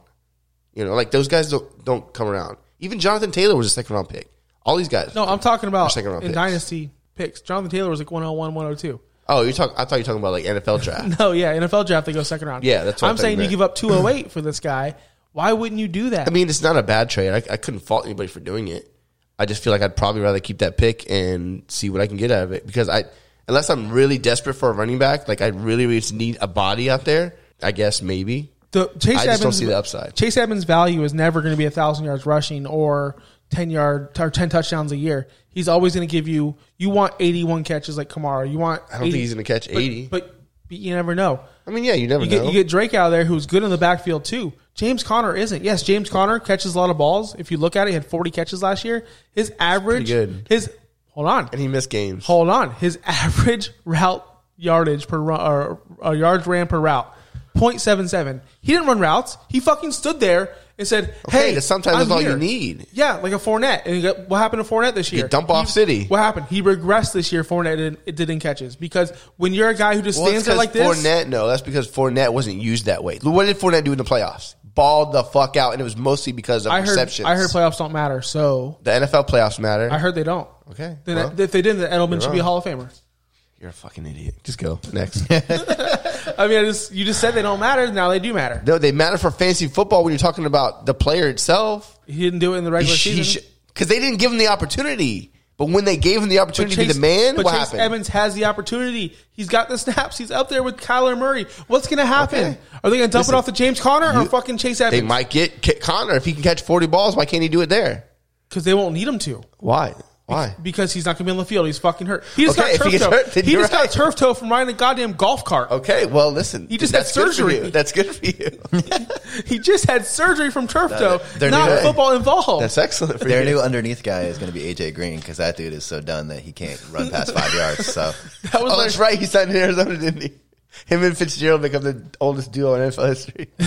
C: You know, like those guys don't don't come around. Even Jonathan Taylor was a second round pick. All these guys.
A: No, I'm talking
C: are
A: about
C: second round
A: in
C: picks.
A: dynasty picks. Jonathan Taylor was like 101, 102.
C: Oh, you talk. I thought you were talking about like NFL draft.
A: No, Oh, yeah, NFL draft they go second round.
C: Yeah, that's what I
A: I'm
C: thought
A: saying.
C: you
A: You
C: meant.
A: give up 208 for this guy. Why wouldn't you do that?
C: I mean, it's not a bad trade. I, I couldn't fault anybody for doing it. I just feel like I'd probably rather keep that pick and see what I can get out of it because I, unless I'm really desperate for a running back, like I really, really just need a body out there. I guess maybe.
A: The Chase
C: I
A: Evans,
C: just don't see the upside.
A: Chase Evans' value is never going to be a thousand yards rushing or ten yard or ten touchdowns a year. He's always going to give you. You want eighty one catches like Kamara. You want.
C: I don't think he's gonna catch 80.
A: But, but you never know.
C: I mean, yeah, you never
A: You
C: know.
A: get, you get Drake out of there, who's good in the backfield too. James Conner isn't. Yes, James Conner catches a lot of balls. If you look at it, he had forty catches last year. His average,
C: good.
A: his hold on,
C: and he missed games.
A: hold on. His <laughs> average route yardage per run, or, or yards ran per route, 0.77. He didn't run routes. He fucking stood there and said,
C: Okay,
A: "Hey,
C: that's sometimes
A: I'm
C: that's all
A: here.
C: you need.
A: Yeah, like a Fournette. And you got- what happened to Fournette this year?
C: dump off
A: He-
C: City.
A: What happened? He regressed this year. Fournette didn't, it didn't catches because when you're a guy who just
C: Well,
A: stands
C: that's
A: there
C: 'cause
A: like this,
C: Fournette, no, that's because Fournette wasn't used that way. What did Fournette do in the playoffs? Balled the fuck out, and it was mostly because of
A: I heard
C: receptions.
A: I heard playoffs don't matter. So
C: the NFL playoffs matter.
A: I heard they don't.
C: Okay,
A: Then
C: well,
A: if they didn't, then Edelman should be a
C: wrong.
A: Hall of Famer.
C: You're a fucking idiot. Just go next.
A: I mean, I just you just said they don't matter. Now they do matter.
C: no, they matter for fantasy football when you're talking about the player itself.
A: He didn't do it in the regular season.
C: because they didn't give him the opportunity. But when they gave him the opportunity
A: But
C: to be the man,
A: but
C: what
A: Chase
C: happened?
A: Evans has the opportunity. He's got the snaps. He's up there with Kyler Murray. What's going to happen?
C: Okay.
A: Are they going to dump
C: Listen,
A: it off to James Conner or
C: you-
A: fucking Chase
C: they
A: Evans?
C: might get Kit Connor if he can catch 40 balls. Why can't he do it there?
A: Because they won't need him to.
C: Why? Why?
A: Because he's not going to be on the field. He's fucking hurt. He just
C: Okay, if
A: got turf
C: he gets
A: toe.
C: hurt, then
A: he
C: you're
A: just
C: right.
A: got turf toe from riding a goddamn golf cart.
C: Okay, well, listen.
A: He just
C: that's
A: had
C: good for
A: surgery.
C: you. That's good for you.
A: <laughs> He just had surgery from turf toe.
B: they're
A: Not
B: doing-
A: football involved.
C: that's excellent for
B: Their
C: you.
B: new underneath guy is going to be AJ Green
C: <laughs>
B: because that dude is so done that he can't run past five yards. So
A: that was
C: oh,
A: like,
C: that's right. He signed in Arizona, didn't he? Him and Fitzgerald become the oldest duo in NFL history, <laughs>
A: <laughs>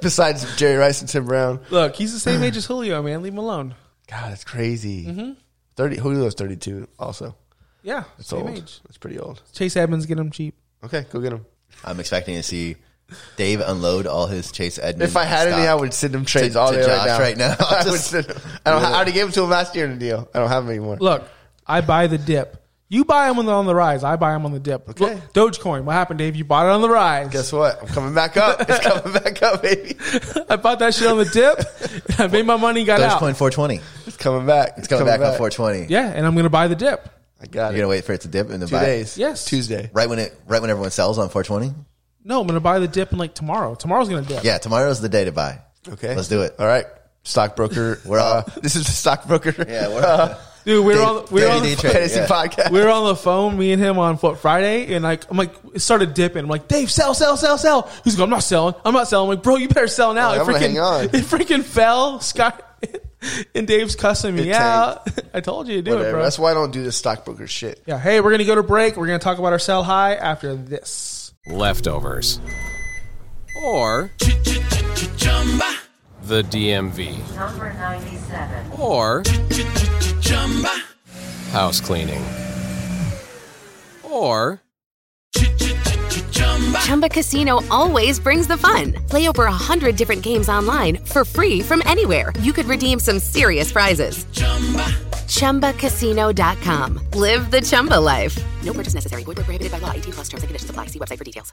C: besides Jerry Rice and Tim Brown.
A: Look, he's the
C: <sighs>
A: same age as Julio, man. Leave him alone.
C: God, that's crazy.
A: Mhm.
C: Thirty. Julio's thirty-two. Also,
A: Yeah,
C: that's
A: same
C: old.
A: age.
C: That's pretty old.
A: Chase Edmonds, get him cheap.
C: Okay, go get him.
B: I'm expecting to see Dave unload all his Chase Edmonds.
C: If I had any, I would send him trades all
B: to
C: day
B: Josh
C: right
B: right
C: now.
B: now.
C: <laughs> I would
B: Just-
C: send him. I, don't, I already gave him to him last year in a deal. I don't have him anymore.
A: Look, I buy the dip. You buy them on the, on the rise. I buy them on the dip.
C: Okay.
A: Look, Dogecoin. What happened, Dave? You bought it on the rise.
C: Guess what? I'm coming back up. It's coming back up, baby.
A: <laughs> I bought that shit on the dip. <laughs> and I made my money. Got out.
B: Dogecoin 420.
C: It's coming back.
B: It's coming, back, on 420.
A: Yeah, and I'm gonna buy the dip.
C: I got it.
B: You're gonna wait for it to dip and then
C: Two
B: buy it?
C: days.
A: Yes.
C: Tuesday.
B: right when it right when everyone sells on 420.
A: No, I'm gonna buy the dip in like tomorrow. Tomorrow's gonna dip.
B: Yeah, tomorrow's the day to buy.
C: Okay.
B: Let's do it.
C: All right. Stockbroker. <laughs>
B: We're
C: uh,
B: all-
C: this is the stockbroker. Uh, <laughs>
B: Yeah, we're
A: Dude, we were
B: Dave-
A: on we were
B: Dave
A: on,
B: D.
A: the,
B: Trade,
C: fantasy
B: yeah.
C: podcast.
A: we were on the phone, me and him on what Friday, and like I'm like it started dipping. I'm like, Dave, sell, sell, sell, sell. He's like, I'm not selling. I'm not selling. I'm like, bro, you better sell now.
C: Like, Oh, I'm
A: it
C: gonna
A: freaking
C: hang
A: <laughs>
C: on.
A: it freaking fell. Sky <laughs> and Dave's cussing me
C: It
A: out. <laughs> I told you to do it,
C: Whatever.
A: bro.
C: That's why I don't do this stockbroker shit.
A: yeah. Hey, we're gonna go to break. We're gonna talk about our sell high after this.
G: leftovers, or the DMV,
H: Number 97.
G: or house cleaning, or
I: Chumba Casino always brings the fun. Play over 100 different games online for free from anywhere. You could redeem some serious prizes. ChumbaCasino.com. Live the Chumba life. No purchase necessary. Void where prohibited by law. 18 plus terms and conditions apply. See website for details.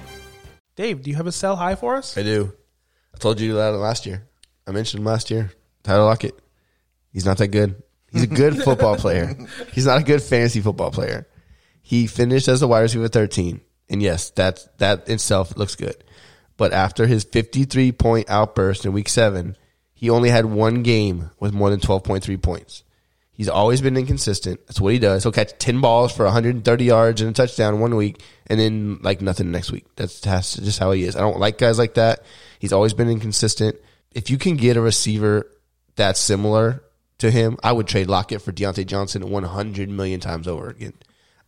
A: Dave, do you have a sell high for us?
C: I do. I told you that last year. I mentioned him last year. Tyler Lockett. He's not that good. He's a good football player. He's not a good fantasy football player. He finished as a wide receiver 13. And yes, that's that itself looks good. But after his 53 point outburst in week seven, he only had one game with more than 12.3 points. He's always been inconsistent. That's what he does. He'll catch 10 balls for 130 yards and a touchdown one week and then like nothing next week. That's that's just how he is. I don't like guys like that. He's always been inconsistent. If you can get a receiver that's similar to him, I would trade Lockett for Deontay Johnson 100 million times over again.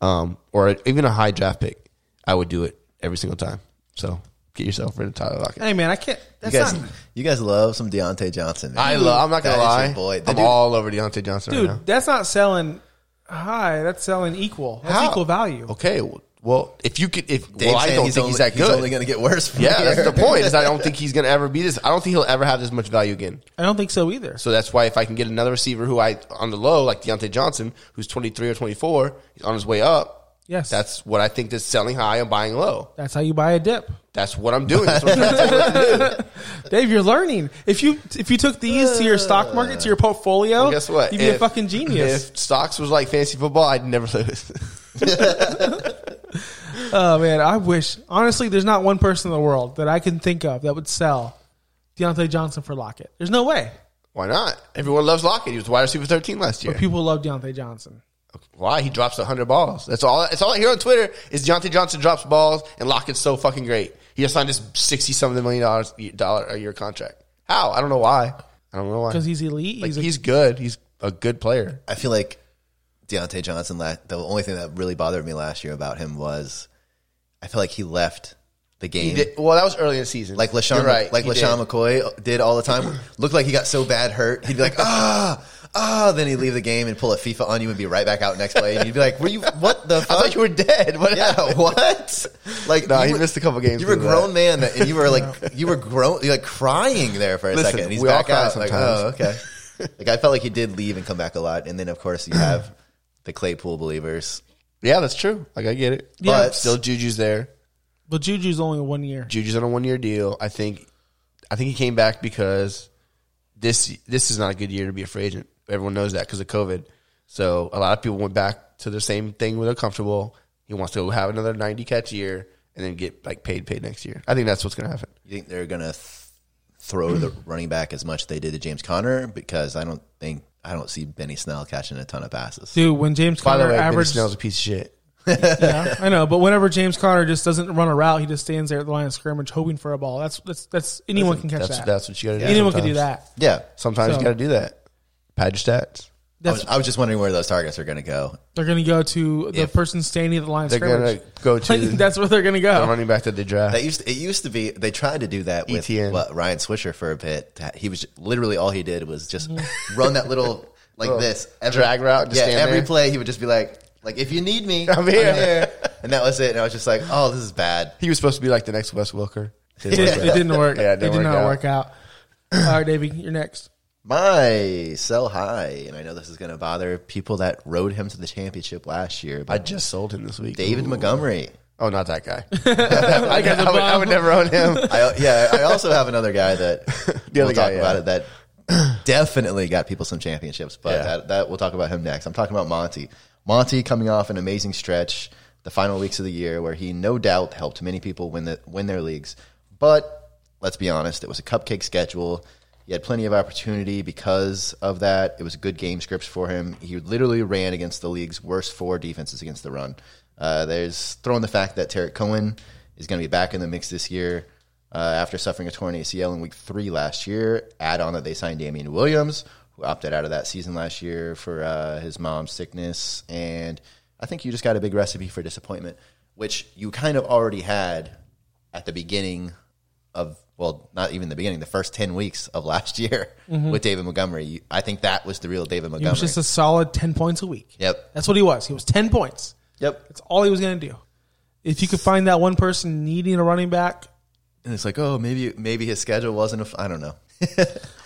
C: Um, or even a high draft pick. I would do it every single time. So get yourself rid of Tyler Lockett.
A: Hey man, I can't
B: You
A: that's
B: guys,
A: not
B: you guys love some Deontay Johnson. man.
C: I love, I'm not going to
B: That is
C: lie.
B: your boy. The
C: I'm
B: dude-
C: all over Deontay Johnson right now.
A: dude, that's not selling high, that's selling equal. That's
C: How?
A: equal value.
C: Okay, well, if you could, if
B: Dave's
C: well, I
B: saying
C: don't
B: he's
C: think
B: only-
C: he's that
B: he's
C: good.
B: only gonna get worse
C: <laughs>
B: from
C: yeah, that's the
B: here. <laughs>
C: point. Is I don't think he's going to ever be this. I don't think he'll ever have this much value again.
A: I don't think so either.
C: So that's why if I can get another receiver who I on the low like Deontay Johnson, who's twenty three or twenty four, he's on his way up.
A: Yes.
C: that's what I think is selling high and buying low.
A: That's how you buy a dip.
C: That's what I'm doing. That's what I'm trying to tell you what to do.
A: Dave, you're learning. If you if you took these to your stock market to your portfolio,
C: Uh, Well, guess what?
A: You'd be a
C: If-
A: fucking genius.
C: If stocks was like fantasy football, I'd never lose. <laughs>
A: oh man, I wish. Honestly, there's not one person in the world that I can think of that would sell Deontay Johnson for Lockett. There's no way.
C: why not? Everyone loves Lockett. He was wide receiver thirteen last year.
A: But people love Deontay Johnson.
C: Why he drops hundred balls? That's all. That's all I hear on Twitter is Deontay Johnson drops balls and Lockett's so fucking great. He just signed this sixty something million dollars dollar a year contract. How? I don't know why. I don't know why.
A: Because he's elite.
C: Like,
A: he's
C: he's,
A: a-
C: good. He's a good player.
B: I feel like Deontay Johnson. la- The only thing that really bothered me last year about him was, I feel like he left the
C: He
B: game.
C: did, well, that was early in the season.
B: Like Lashawn,
C: You're right,
B: like
C: he
B: Lashawn
C: did.
B: McCoy did all
C: <clears throat>
B: the time. Looked like he got so bad hurt, he'd be like, ah, ah. Then he'd leave the game and pull a FIFA on you and be right back out next play. And you'd be like, were you? What
C: <laughs>
B: the?
C: I
B: Fuck?
C: thought you were dead. What?
B: yeah,
C: happened? <laughs>
B: what? Like,
C: Nah,
B: you
C: he
B: were-
C: missed a couple games
B: You were a
C: because of
B: grown
C: that.
B: man, that, and you were
C: <laughs>
B: like, you were grown, you're, like crying there for a
C: Listen,
B: second. And he's
C: we all
B: back
C: cry
B: out. Like,
C: sometimes.
B: oh, okay. like I felt like he did leave and come back a lot, and then of course you have the Claypool believers.
C: Yeah, that's true. Like I get it.
A: Yeah.
C: But still, Juju's there.
A: but Juju's only one year.
C: Juju's on a one year deal. I think. I think he came back because this this is not a good year to be a free agent. Everyone knows that because of COVID. So a lot of people went back to the same thing where they're comfortable. He wants to have another ninety catch year, and then get like paid paid next year. I think that's what's going to happen.
B: You think they're going to th- throw
C: <clears throat>
B: the running back as much as they did to James Conner? Because I don't think I don't see Benny Snell catching a ton of passes.
A: Dude, when James
B: By the
A: Conner
B: way, Benny
A: averaged,
B: Snell's
C: a piece of shit.
A: yeah, I know. But whenever James Conner just doesn't run a route, he just stands there at the line of scrimmage hoping for a ball. That's that's that's anyone can catch
C: that's,
A: that.
C: That's what you got to do.
A: Anyone
C: sometimes.
A: can do that.
B: Yeah.
C: sometimes
A: So-
C: you got to do that. Pad your stats.
B: I was, I was just wondering where those targets are going to go.
A: They're going to go to the person standing at the line of
B: They're gonna
A: scrimmage.
B: go to
A: <laughs> Like, that's where they're going to go.
C: The running back that they draft.
B: That used it used to be they tried to do that with
C: ETN.
B: what, Ryan Swisher for a bit. That He was literally all he did was just run that little like
C: Little
B: this
C: drag route, just
B: yeah,
C: stand
B: every
C: there.
B: play he would just be like, like if you need
C: <laughs>
B: me,
C: I'm here.
B: and that was it. And I was just like, oh, this is bad.
C: He was supposed to be like the next
A: <laughs>
C: Wes Wilker.
B: <laughs> Yeah.
C: out.
B: It didn't work.
C: Yeah,
A: It did not work out. <clears throat> All right, Davey, you're next.
B: My sell high, and I know this is going to bother people that rode him to the championship last year. But I
C: just sold him this week.
B: David
C: Ooh.
B: Montgomery.
C: Oh, not that <laughs> guy.
B: I,
C: guess I would- I would never own <laughs> him.
B: I, yeah, I also have another guy
C: <laughs>
B: that we'll
C: other
B: talk
C: guy,
B: about
C: yeah.
B: it that <clears throat> definitely got people some championships, but
C: Yeah.
B: that, that we'll talk about him next. I'm talking about Monty. Monty coming off an amazing stretch, the final weeks of the year where he no doubt helped many people win the win their leagues. But let's be honest, it was a cupcake schedule. He had plenty of opportunity because of that. It was good game scripts for him. He literally ran against the league's worst four defenses against the run. Uh, there's throwing the fact that Tarek Cohen is going to be back in the mix this year uh, after suffering a torn ACL in week three last year. Add on that they signed Damian Williams, who opted out of that season last year for uh, his mom's sickness. And I think you just got a big recipe for disappointment, which you kind of already had at the beginning of, well, not even the beginning, the first 10 weeks of last year
A: Mhm.
B: with David Montgomery. You- I think that was the real David
A: He
B: Montgomery.
A: was just a solid 10 points a week.
B: Yep.
A: That's what he was. He was 10 points.
B: Yep.
A: That's all he was going to do. If you could find that one person needing a running back
B: and it's like, oh, maybe maybe his schedule wasn't, a f- I don't know.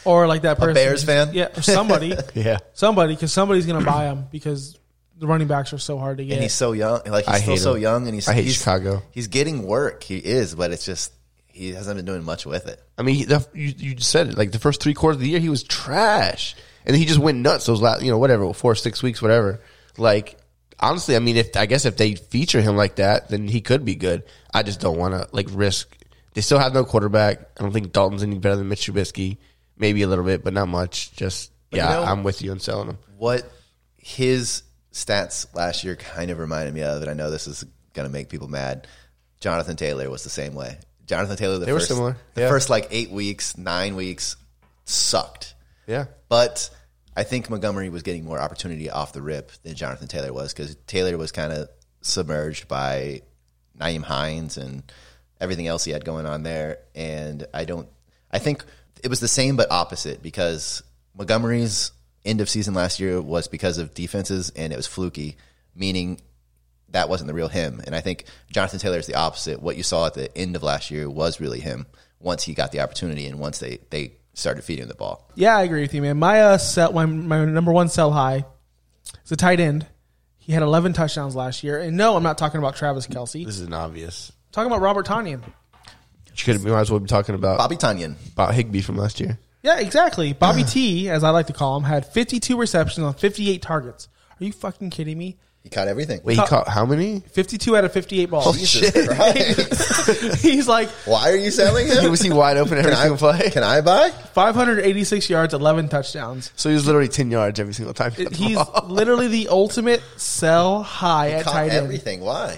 A: or like that
B: A
A: person.
B: Bears fan?
A: Yeah, or somebody. <laughs>
C: yeah.
A: Somebody, because somebody's going to buy him because the running backs are so hard to get.
B: and he's so young. Like he's
C: I
B: still
C: hate
B: so
C: him.
B: young, and he's
C: I hate
B: he's,
C: Chicago.
B: He's getting work. He is, but it's just he hasn't been doing much with it.
C: I mean, he- the, you you just said it. Like the first three quarters of the year, he was trash, and then he just went nuts. Those last, you know, whatever, four, six weeks, whatever. Like honestly, I mean, if I guess if they feature him like that, then he could be good. I just don't want to like risk. They still have no quarterback. I don't think Dalton's any better than Mitch Trubisky. Maybe a little bit, but not much. Just
B: But
C: yeah,
B: you know-
C: I'm with you on selling him.
B: What his stats last year kind of reminded me of, and I know this is going to make people mad. Jonathan Taylor was the same way. Jonathan Taylor, the
C: They were
B: first,
C: similar,
B: the
C: yeah.
B: first like eight weeks, nine weeks, sucked.
C: Yeah.
B: but I think Montgomery was getting more opportunity off the rip than Jonathan Taylor was because Taylor was kind of submerged by Naeem Hines and everything else he had going on there. And I don't, I think it was the same but opposite because Montgomery's end of season last year was because of defenses and it was fluky, meaning that wasn't the real him. And I think Jonathan Taylor is the opposite. What you saw at the end of last year was really him once he got the opportunity and once they, they started feeding him the ball.
A: Yeah, I agree with you, man. My uh, sell, my, my number one sell high is a tight end. He had 11 touchdowns last year. And no, I'm not talking about Travis Kelsey.
C: This is an obvious.
A: talking about Robert Tanyan.
C: You could we might as well be talking about
B: Bobby Tanyan,
C: Bob Higby from last year.
A: Yeah, exactly.
B: <sighs>
A: Bobby T, as I like to call him, had 52 receptions on 58 targets. Are you fucking kidding me?
B: He caught everything.
C: Wait, he caught how many?
A: 52 out of 58 balls. <laughs>
B: Jesus Christ.
A: He's like,
B: Why are you selling him?
C: was he wide open every
B: Can I-
C: single play?
B: Can I buy?
A: 586 yards, 11 touchdowns.
C: So he was literally ten yards every single time. <laughs>
B: <laughs>
A: He's literally the ultimate sell high at
B: Oh. caught
A: tight end.
B: everything. Why?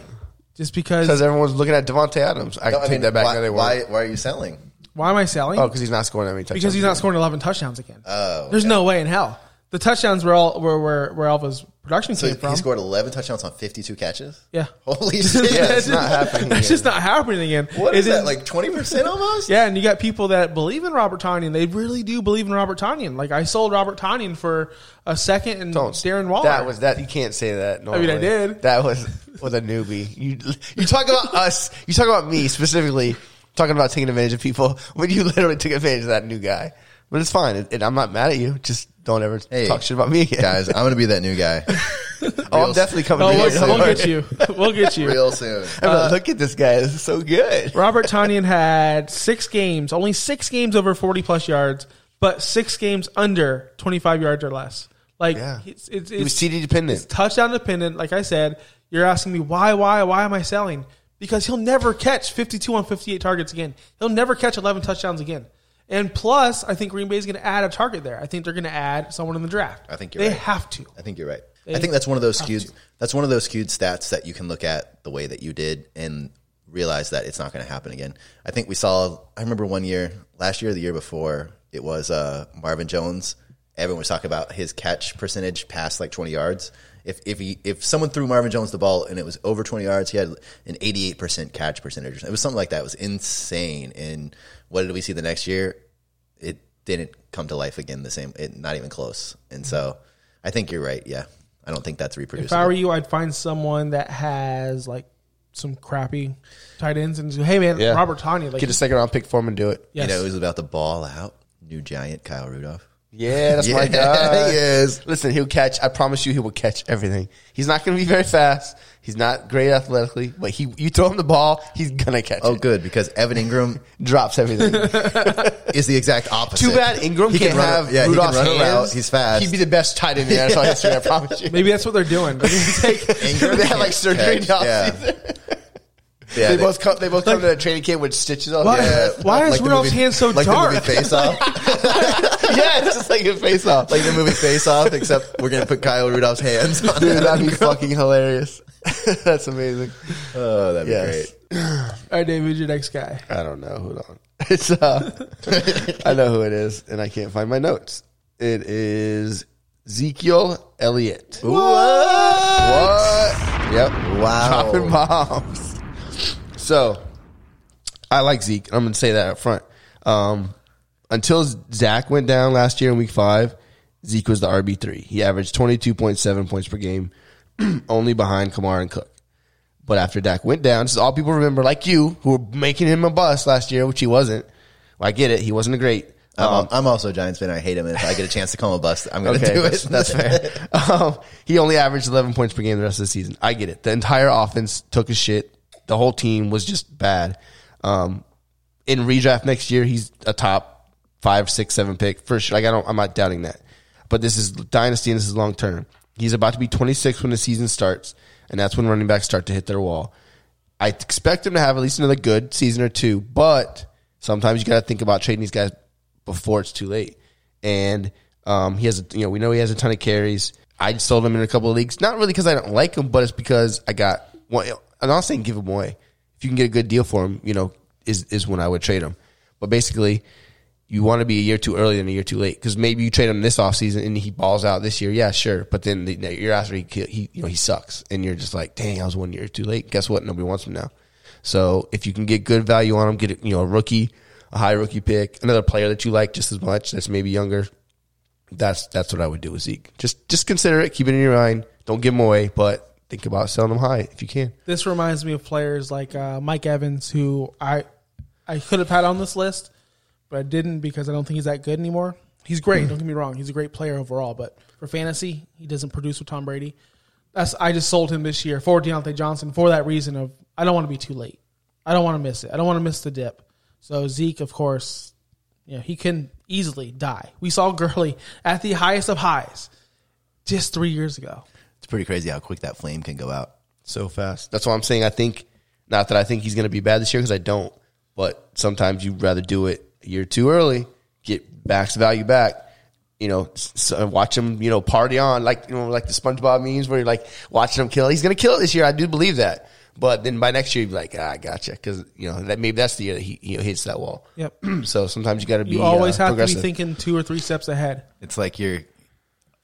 A: Just because.
C: Because everyone's looking at Devonte Adams. I
B: No,
C: take that back.
B: Why,
C: No, they weren't.
B: why, why are you selling?
A: Why am I selling?
C: Oh, because he's not scoring that many touchdowns.
A: because he's not scoring 11 touchdowns again. Oh, there's no way in hell. The touchdowns were all were were, were Alva's production
B: So
A: came from.
B: he scored 11 touchdowns on 52 catches?
A: yeah, <laughs>
B: Holy shit.
C: Yeah, it's not happening
A: That's
C: again.
A: just not happening again.
B: What is
A: It
B: that, like 20% almost?
A: Yeah, and you got people that believe in Robert Tanyan. They really do believe in Robert Tanyan. Like I sold Robert Tanyan for a second and Darren Waller.
C: That was that. You can't say that.
A: I mean, I
C: normally.
A: did.
C: That was with a newbie. You you talk about us. You talk about me specifically. Talking about taking advantage of people when you literally took advantage of that new guy. But it's fine, and I'm not mad at you. Just don't ever
B: Hey,
C: talk shit about me again,
B: guys, I'm going to be that new guy.
C: <laughs> Oh, I'm definitely
B: <laughs>
C: coming.
A: Oh,
C: to
A: we'll,
C: you.
A: we'll get you. We'll get you.
B: Real soon.
C: I'm like, Look at this guy. This is so good.
A: Robert Tanyan had six games, only six games over 40 plus yards, but six games under 25 yards or less. Like,
C: Yeah.
A: it's, it's,
C: He was
A: it's
C: CD dependent.
A: touchdown dependent. Like I said, you're asking me why, why, why am I selling? because he'll never catch 52 on 58 targets again. He'll never catch 11 touchdowns again. And plus, I think Green Bay is going to add a target there. I think they're going to add someone in the draft.
B: I think you're
A: they
B: right.
A: have to.
B: I think you're right.
A: They
B: I think that's one of those
A: have
B: skewed.
A: to.
B: That's one of those skewed stats that you can look at the way that you did and realize that it's not going to happen again. I think we saw. I remember one year, last year, or the year before, it was uh, Marvin Jones. Everyone was talking about his catch percentage past like 20 yards. If if he if someone threw Marvin Jones the ball and it was over 20 yards, he had an 88 percent catch percentage. or something. It was something like that. It was insane. And what did we see the next year? It didn't come to life again the same. It, not even close. And so. I think you're right. Yeah, I don't think that's
A: If I
B: reproducible.
A: were you, I'd find someone that has like some crappy tight ends and say, hey man,
B: Yeah.
A: Robert Tanya, like
C: Get a second round pick for him and do it.
A: Yes.
B: You know, it was about the ball out. New giant Kyle Rudolph.
C: Yeah, that's
B: <laughs>
C: my guy.
B: yes.
C: Listen, he'll catch. I promise you, he will catch everything. He's not going to be very fast. He's not great athletically, but he you throw him the ball, he's going to catch
B: Oh,
C: it.
B: good because Evan Ingram
C: Drops
B: <laughs>
C: everything.
B: is the exact opposite.
C: <laughs> Too bad Ingram
B: He
C: can't
B: run a-
C: have
B: yeah, he can
C: Rudolph's
B: run a route.
C: hands.
B: He's fast.
C: He'd be the best tight
B: <laughs>
C: end in the NFL history. I promise you.
A: Maybe that's what they're doing. They're gonna take-
C: <laughs> they had like surgery. in the
B: catch, yeah.
C: offseason.
B: Yeah,
C: they,
B: they-
C: both come. They both come to that training camp with stitches on.
A: Why,
C: Yeah. <laughs>
A: why is
B: Like the
A: Rudolph's
B: movie-
A: hand so
B: like the
A: dark?
B: movie Face Off,
C: yeah, it's just like a face off.
B: like the movie Face Off, except we're gonna put Kyle Rudolph's hands on.
C: Dude,
B: it.
C: that'd
B: <laughs>
C: be fucking hilarious. <laughs> That's amazing.
B: Oh, that'd be
C: Yes.
B: great.
A: All right, David, your next guy.
C: I don't know. Hold on. <laughs> It's uh, I know who it is, and I can't find my notes. It is Ezekiel Elliott. What? Yep.
B: Wow.
C: Dropping bombs. <laughs> So, I like Zeke. I'm going to say that up front. Um, until Zach went down last year in week five, Zeke was the RB3. He averaged 22.7 points per game, <clears throat> only behind Kamara and Cook. But after Dak went down, this is all people remember, like you, who were making him a bust last year, which he wasn't. Well, I get it. He wasn't a great.
B: I'm, I'm also a Giants fan. I hate him, and if I get a chance to call him a bust, I'm gonna
C: Okay,
B: do it.
C: that's, that's fair.
B: <laughs>
C: um, he only averaged 11 points per game the rest of the season. I get it. The entire offense took a shit. The whole team was just bad. Um, in redraft next year, he's a top five, six, seven pick for sure. Like I don't, I'm not doubting that. But this is dynasty, and this is long term. He's about to be 26 when the season starts, and that's when running backs start to hit their wall. I expect him to have at least another good season or two, but sometimes you got to think about trading these guys before it's too late. And um, he has, a, you know, we know he has a ton of carries. I sold him in a couple of leagues, not really because I don't like him, but it's because I got. One, I'm not saying give him away. If you can get a good deal for him, you know, is is when I would trade him. But basically, you want to be a year too early than a year too late because maybe you trade him this offseason and he balls out this year. Yeah, sure. But then the the year after he, ki- he you know he sucks and you're just like, dang, I was one year too late. Guess what? Nobody wants him now. So if you can get good value on him, get a, you know a rookie, a high rookie pick, another player that you like just as much that's maybe younger. That's that's what I would do with Zeke. Just just consider it, keep it in your mind. Don't give him away, but think about selling him high if you can.
A: This reminds me of players like uh, Mike Evans, who I I could have had on this list, but I didn't because I don't think he's that good anymore. He's great. Don't get me wrong. He's a great player overall, but for fantasy, he doesn't produce with Tom Brady. That's I just sold him this year for Deontay Johnson for that reason of I don't want to be too late. I don't want to miss it. I don't want to miss the dip. So Zeke, of course, you know he can easily die. We saw Gurley at the highest of highs just three years ago.
B: It's pretty crazy how quick that flame can go out.
C: so fast. That's why I'm saying I think not that I think he's going to be bad this year because I don't, but sometimes you'd rather do it a year too early, get backs value back. You know, s- s- watch him. You know, party on like you know, like the SpongeBob memes where you're like watching him kill. He's going to kill it this year. I do believe that. But then by next year, you'd be like, ah, I gotcha, because you know that maybe that's the year that he, he hits that wall.
A: Yep.
C: so sometimes you got to be
A: You always
C: uh,
A: have to be
C: progressive.
A: thinking two or three steps ahead.
B: It's like you're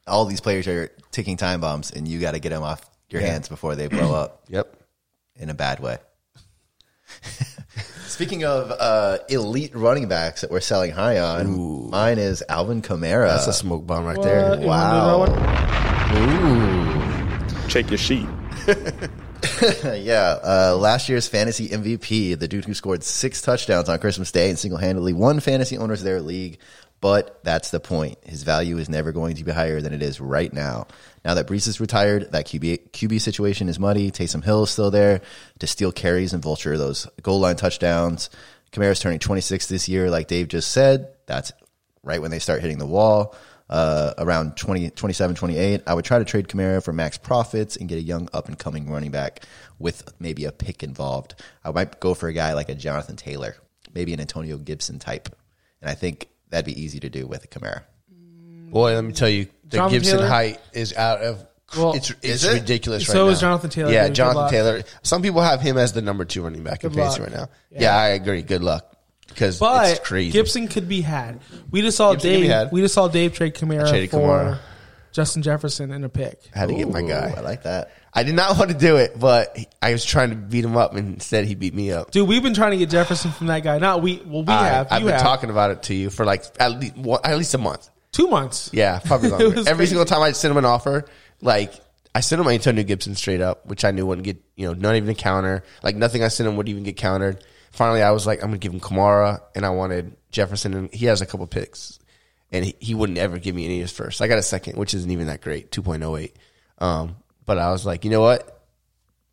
B: all these players are ticking time bombs, and you got to get them off your hands before they blow up.
C: Yep.
B: in a bad way. <laughs> Speaking of uh, elite running backs that we're selling high on, mine is Alvin Kamara.
A: Uh,
C: That's a smoke bomb right there.
A: You wanna do that one?
F: Check your sheet.
B: <laughs> yeah, uh, last year's fantasy MVP, the dude who scored six touchdowns on Christmas Day and single handedly won fantasy owners their league. But that's the point. His value is never going to be higher than it is right now. Now that Brees is retired, that QB, QB situation is muddy. Taysom Hill is still there to steal carries and vulture those goal line touchdowns. Kamara's turning 26 this year, like Dave just said. That's right when they start hitting the wall. uh, around 20, 27, 28. I would try to trade Kamara for max profits and get a young up and coming running back with maybe a pick involved. I might go for a guy like a Jonathan Taylor, maybe an Antonio Gibson type. And I think that'd be easy to do with a Kamara.
C: Boy, let me tell you, the
B: Jonathan
C: Gibson
B: Taylor?
C: height is out of.
A: Well,
C: it's
A: is
C: it's
A: it?
C: ridiculous right
A: So
C: now.
A: is Jonathan Taylor.
C: Yeah,
A: Good
C: Jonathan
A: luck.
C: Taylor. Some people have him as the number two running back in
A: Good
C: fantasy
A: luck.
C: right now. Yeah.
A: Yeah.
C: I agree. Good luck because
A: But
C: it's crazy.
A: Gibson could be had. We just saw
C: Gibson could be
A: Dave.
C: had.
A: We just saw Dave trade Kamara
C: I traded
A: for
C: Kamara.
A: Justin Jefferson in a pick.
C: I had to get my guy. I
B: like that.
C: I did not <laughs> want to do it, but I was trying to beat him up, and instead he beat me up.
A: Dude, we've been trying to get Jefferson from that guy. Not we. Well, we
C: I,
A: have.
C: I've
A: you
C: been
A: have.
C: talking about it to you for like at least one, at least a month.
A: two months.
C: Yeah, probably
A: <laughs> It
C: longer. Every
A: was crazy.
C: single time I sent him an offer, like I sent him Antonio Gibson straight up, which I knew wouldn't get you know not even a counter. Like nothing I sent him would even get countered. Finally, I was like, I'm gonna give him Kamara, and I wanted Jefferson, and he has a couple picks, and he, he wouldn't ever give me any of his first. I got a second, which isn't even that great, two point oh eight. Um, but I was like, you know what?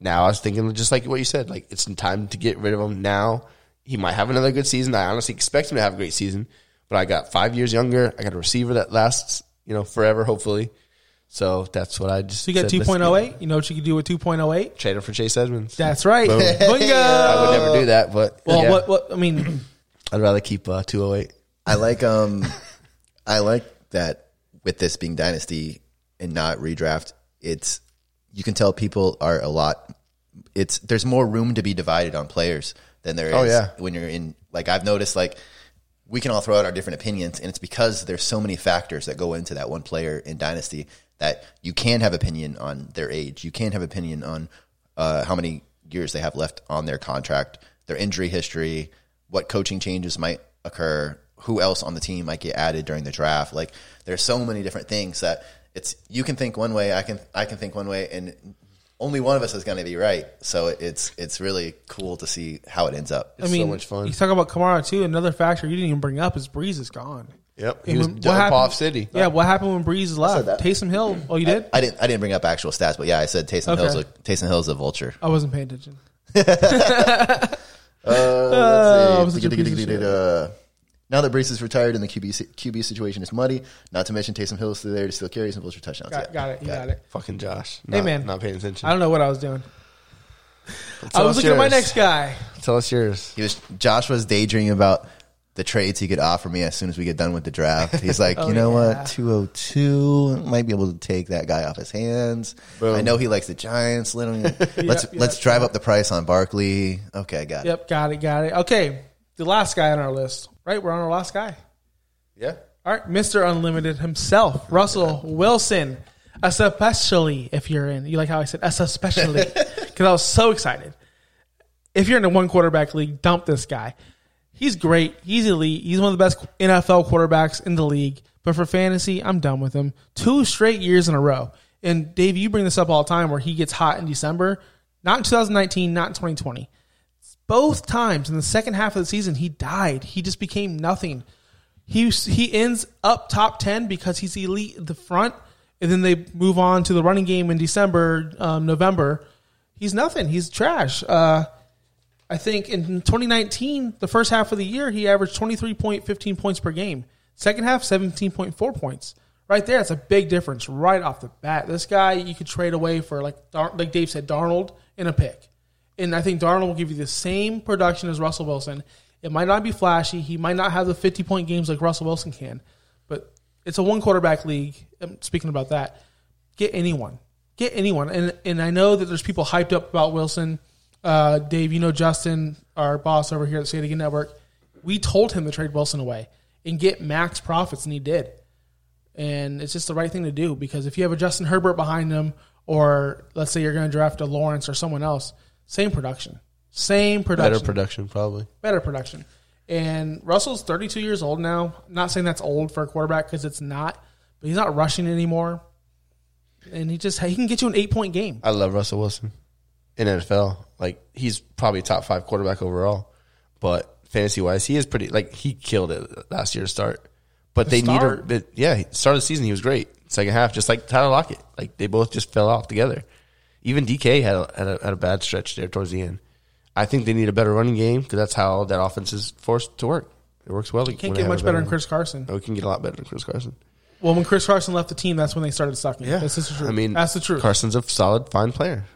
C: Now I was thinking just like what you said, like it's time to get rid of him now. He might have another good season. I honestly expect him to have a great season, but I got five years younger. I got a receiver that lasts, you know, forever, hopefully. So that's what I just.
A: So you got
C: said,
A: two
C: let's
A: point oh eight. You know what you can do with two point oh eight?
C: get- Trade him for Chase Edmonds.
A: That's right.
C: Boom.
A: <laughs> Bingo.
C: I would never do that, but
A: Uh, Well,
C: yeah,
A: what? What? I
C: <clears throat>
A: mean,
C: I'd rather keep uh, two oh eight.
B: I like um, <laughs> I like that with this being dynasty and not redraft. It's you can tell people are a lot. It's there's more room to be divided on players than there is
C: Oh, yeah.
B: when you're in. Like I've noticed, like we can all throw out our different opinions, and it's because there's so many factors that go into that one player in dynasty that you can have opinion on their age, you can have opinion on uh, how many years they have left on their contract, their injury history, what coaching changes might occur, who else on the team might get added during the draft. Like there's so many different things that it's you can think one way, I can I can think one way, and only one of us is going to be right. So it's it's really cool to see how it ends up.
A: I mean, you talk about Kamara too. Another factor you didn't even bring up is Breeze is gone.
C: Yep,
A: And
C: he was
A: when- what
C: dump
A: happened-
C: off city.
A: Yeah, what happened when Breeze left?
B: that.
A: Taysom Hill. Oh, you did?
B: I didn't. I didn't bring up actual stats, but yeah, I said Taysom
A: Okay. Oh,
B: Hill's a Taysom Hill's a vulture.
A: I wasn't paying attention.
B: Uh,
A: Oh, I was
B: let's see.
A: such a piece of shit.
B: Uh, Now that Brees is retired and the QB si- QB situation is muddy, not to mention Taysom Hill is still there to steal carries and vulture touchdowns.
A: Got,
B: Yeah.
A: got it. You got it.
C: Fucking Josh.
A: Hey,
C: Not,
A: man.
C: not paying attention.
A: I don't know what I was doing. I
C: Tell
A: was
C: us
A: looking at my
C: yours.
A: next guy.
C: Tell us yours.
B: He was Josh was daydreaming about the trades he could offer me as soon as we get done with the
A: <laughs>
B: draft. He's like,
A: Oh,
B: you know
A: yeah.
B: what, two hundred two might be able to take that guy off his hands.
C: Boom.
B: I know he likes the
A: <laughs>
B: Giants. Let him, let's
A: yep,
B: let's drive up the price on Barkley. Okay, got it.
A: Yep, got it, got it. Okay, the last guy on our list. Right, we're on our last guy.
C: Yeah.
A: All right, Mr. Unlimited himself, Russell Wilson. Especially if you're in, you like how I said especially because I was so excited. If you're in a one quarterback league, dump this guy. He's great. He's elite. He's one of the best NFL quarterbacks in the league. But for fantasy, I'm done with him. Two straight years in a row. And Dave, you bring this up all the time where he gets hot in December, not in 2019, not in 2020 both times in the second half of the season he died he just became nothing he he ends up top 10 because he's elite at the front and then they move on to the running game in december um, november he's nothing he's trash uh, i think in 2019 the first half of the year he averaged 23.15 points per game second half 17.4 points right there it's a big difference right off the bat this guy you could trade away for like Dar- like dave said darnold in a pick and I think Darnold will give you the same production as Russell Wilson. It might not be flashy. He might not have the 50 point games like Russell Wilson can, but it's a one quarterback league. Um, Speaking about that, get anyone. Get anyone. And, and I know that there's people hyped up about Wilson. Uh, Dave, you know Justin, our boss over here at the State Again Network. We told him to trade Wilson away and get max profits, and he did and it's just the right thing to do because if you have a Justin Herbert behind him, or let's say you're going to draft a Lawrence or someone else, same production, same production,
C: Better production, probably.
A: better production. And Russell's 32 years old now. I'm not saying that's old for a quarterback because it's not, but he's not rushing anymore, and he just he can get you an eight point game.
C: I love Russell Wilson in NFL. Like he's probably top five quarterback overall, but fantasy wise, he is pretty. Like he killed it last year's start. But
A: The
C: they
A: start.
C: need a. But yeah, start of the season he was great. Second half, just like Tyler Lockett, like they both just fell off together. Even DK had a, had a, had a bad stretch there towards the end. I think they need a better running game because that's how that offense is forced to work. It works well. um,
A: Can't get much better than Chris Carson.
C: Oh, No, we can get a lot better than Chris Carson.
A: Well, when Chris Carson left the team, that's when they started sucking. Yeah, that's the truth.
C: I mean,
A: that's the truth.
C: Carson's a solid, fine player.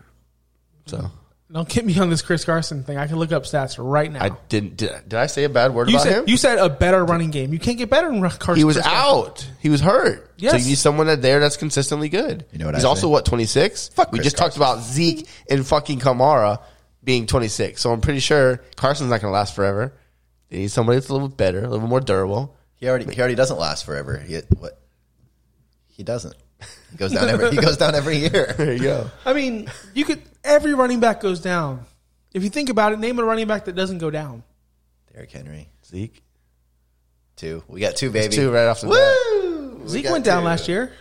C: So
A: Don't get me on this Chris Carson thing. I can look up stats right now.
C: I didn't. Did, did I say a bad word
A: you
C: about
A: said
C: him?
A: you said a better running game. You can't get better than Carson.
C: he was
A: Chris Carson.
C: out. He was hurt. So
A: Yes.
C: you need someone that there that's consistently good. You know
B: what
C: He's
B: I
C: also
B: say.
C: what twenty six. Fuck. We
B: Chris
C: just talked about Zeke and fucking Kamara being twenty six. So I'm pretty sure Carson's not going to last forever. They need somebody that's a little bit better, a little bit more durable.
B: He already he already doesn't last forever. He what? He doesn't. He goes down every he goes down every year.
C: <laughs> There you go.
A: I mean, you could every running back goes down. If you think about it, name a running back that doesn't go down.
B: Derrick Henry
C: Zeke
B: two. We got two
C: There's
B: baby
C: two right off the bat.
A: Woo!
B: We
A: Zeke
B: got
A: went down
B: two.
A: last year.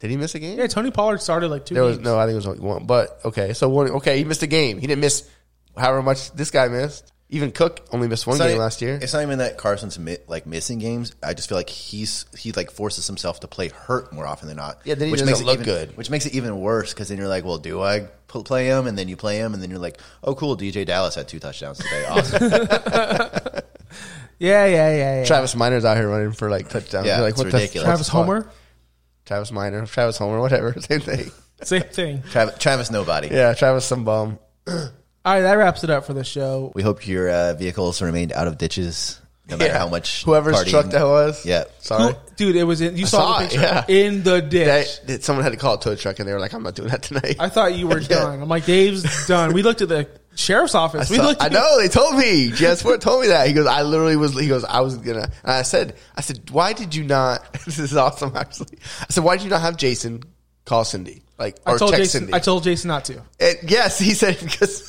C: Did he miss a game?
A: Yeah, Tony Pollard started like two.
C: There was
A: games.
C: no. I think it was only one. But okay, so one. Okay, he missed a game. He didn't miss however much this guy missed. Even Cook only missed one
B: It's not
C: game
B: e-
C: last year.
B: It's not even that Carson's mi- like missing games. I just feel like he's he like forces himself to play hurt more often than not.
C: Yeah, then he
B: which
C: doesn't
B: makes it
C: look
B: even,
C: good.
B: Which makes it even worse because then you're like, well, do I pu- play him? And then you play him, and then you're like, oh, cool, DJ Dallas had two
C: <laughs>
B: touchdowns today. Awesome.
A: Yeah, yeah, yeah, yeah.
C: Travis Miner's out here running for like touchdowns.
B: Yeah,
C: You're like,
B: it's
C: what the
B: ridiculous.
C: fuck?
A: Travis Homer,
C: Travis Miner, Travis Homer, <laughs> whatever, same thing.
A: same thing.
B: Travis, Travis nobody.
C: Yeah, Travis some bum.
A: All right, that wraps it up for the show.
B: We hope your uh, vehicles remained out of ditches, no matter
C: Yeah.
B: how much
C: Whoever's
B: partying-
C: truck that was.
B: Yeah,
C: Sorry.
A: Dude, it was in, you saw,
C: saw
A: the
C: it,
A: picture
C: yeah.
A: in the ditch.
C: That, that someone had to call a tow truck and they were like, I'm not doing that tonight.
A: I thought
C: <laughs>
A: you were done. I'm like, Dave's done. We looked at the sheriff's office. we
C: saw-
A: looked.
C: I
A: At
C: know they told me. Jess Ford told me that. He goes, I literally was. He goes, I was gonna. And I said, I said, why did you not? <laughs> This is awesome. Actually, I said, why did you not have Jason call Cindy like or
A: I told
C: text
A: Jason.
C: Cindy?
A: I told Jason not to.
C: And yes, he said <laughs> because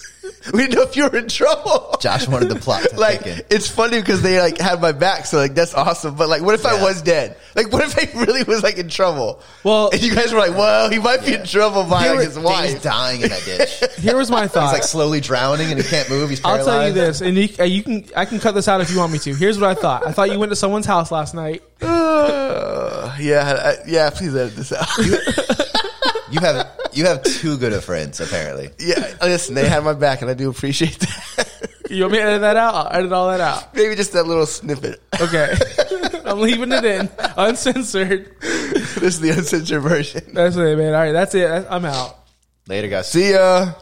C: we didn't know if you were in trouble.
B: Josh wanted
C: <laughs>
B: the plot to
C: like
B: thicken.
C: it's funny because they like had my back, so like that's awesome. But like, what if I was dead? Like, what if I <laughs> really was like in trouble?
A: Well-
C: and you guys were like, "Well, he might be in trouble by
B: They
C: like,
B: were-
C: his wife."
B: He's dying in that ditch. He's
A: Here
C: <laughs>
A: was my thought.
B: like slowly drowning and he can't move. He's
A: I'll
B: paralyzed.
A: tell you this, and you, uh, you can I can cut this out if you want me to. Here's what I thought. I thought you went to someone's house last night.
C: Uh, <sighs> yeah, I, yeah. Please edit this out.
B: You have you have too good of friends apparently.
C: <laughs> yeah, listen, they had my back, and I do appreciate that. <laughs>
A: You want me to edit that out? I'll edit all that out.
C: Maybe just that little snippet. <laughs>
A: Okay, <laughs> I'm leaving it in uncensored.
C: this is the uncensored version.
A: That's it, man. All right, that's it. That's- I'm out.
B: Later, guys.
C: See ya.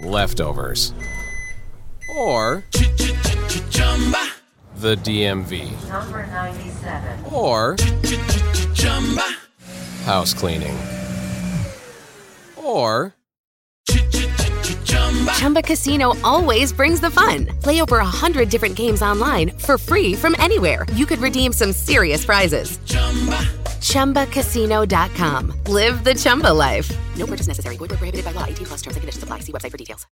G: Leftovers. Or. The DMV.
H: Number 97.
G: Or. House cleaning. Or.
I: Chumba Casino always brings the fun. Play over a hundred different games online for free from anywhere. You could redeem some serious prizes. ChumbaCasino.com. Live the Chumba life. No purchase necessary. Void where prohibited by law. 18 plus. Terms and conditions apply. See website for details.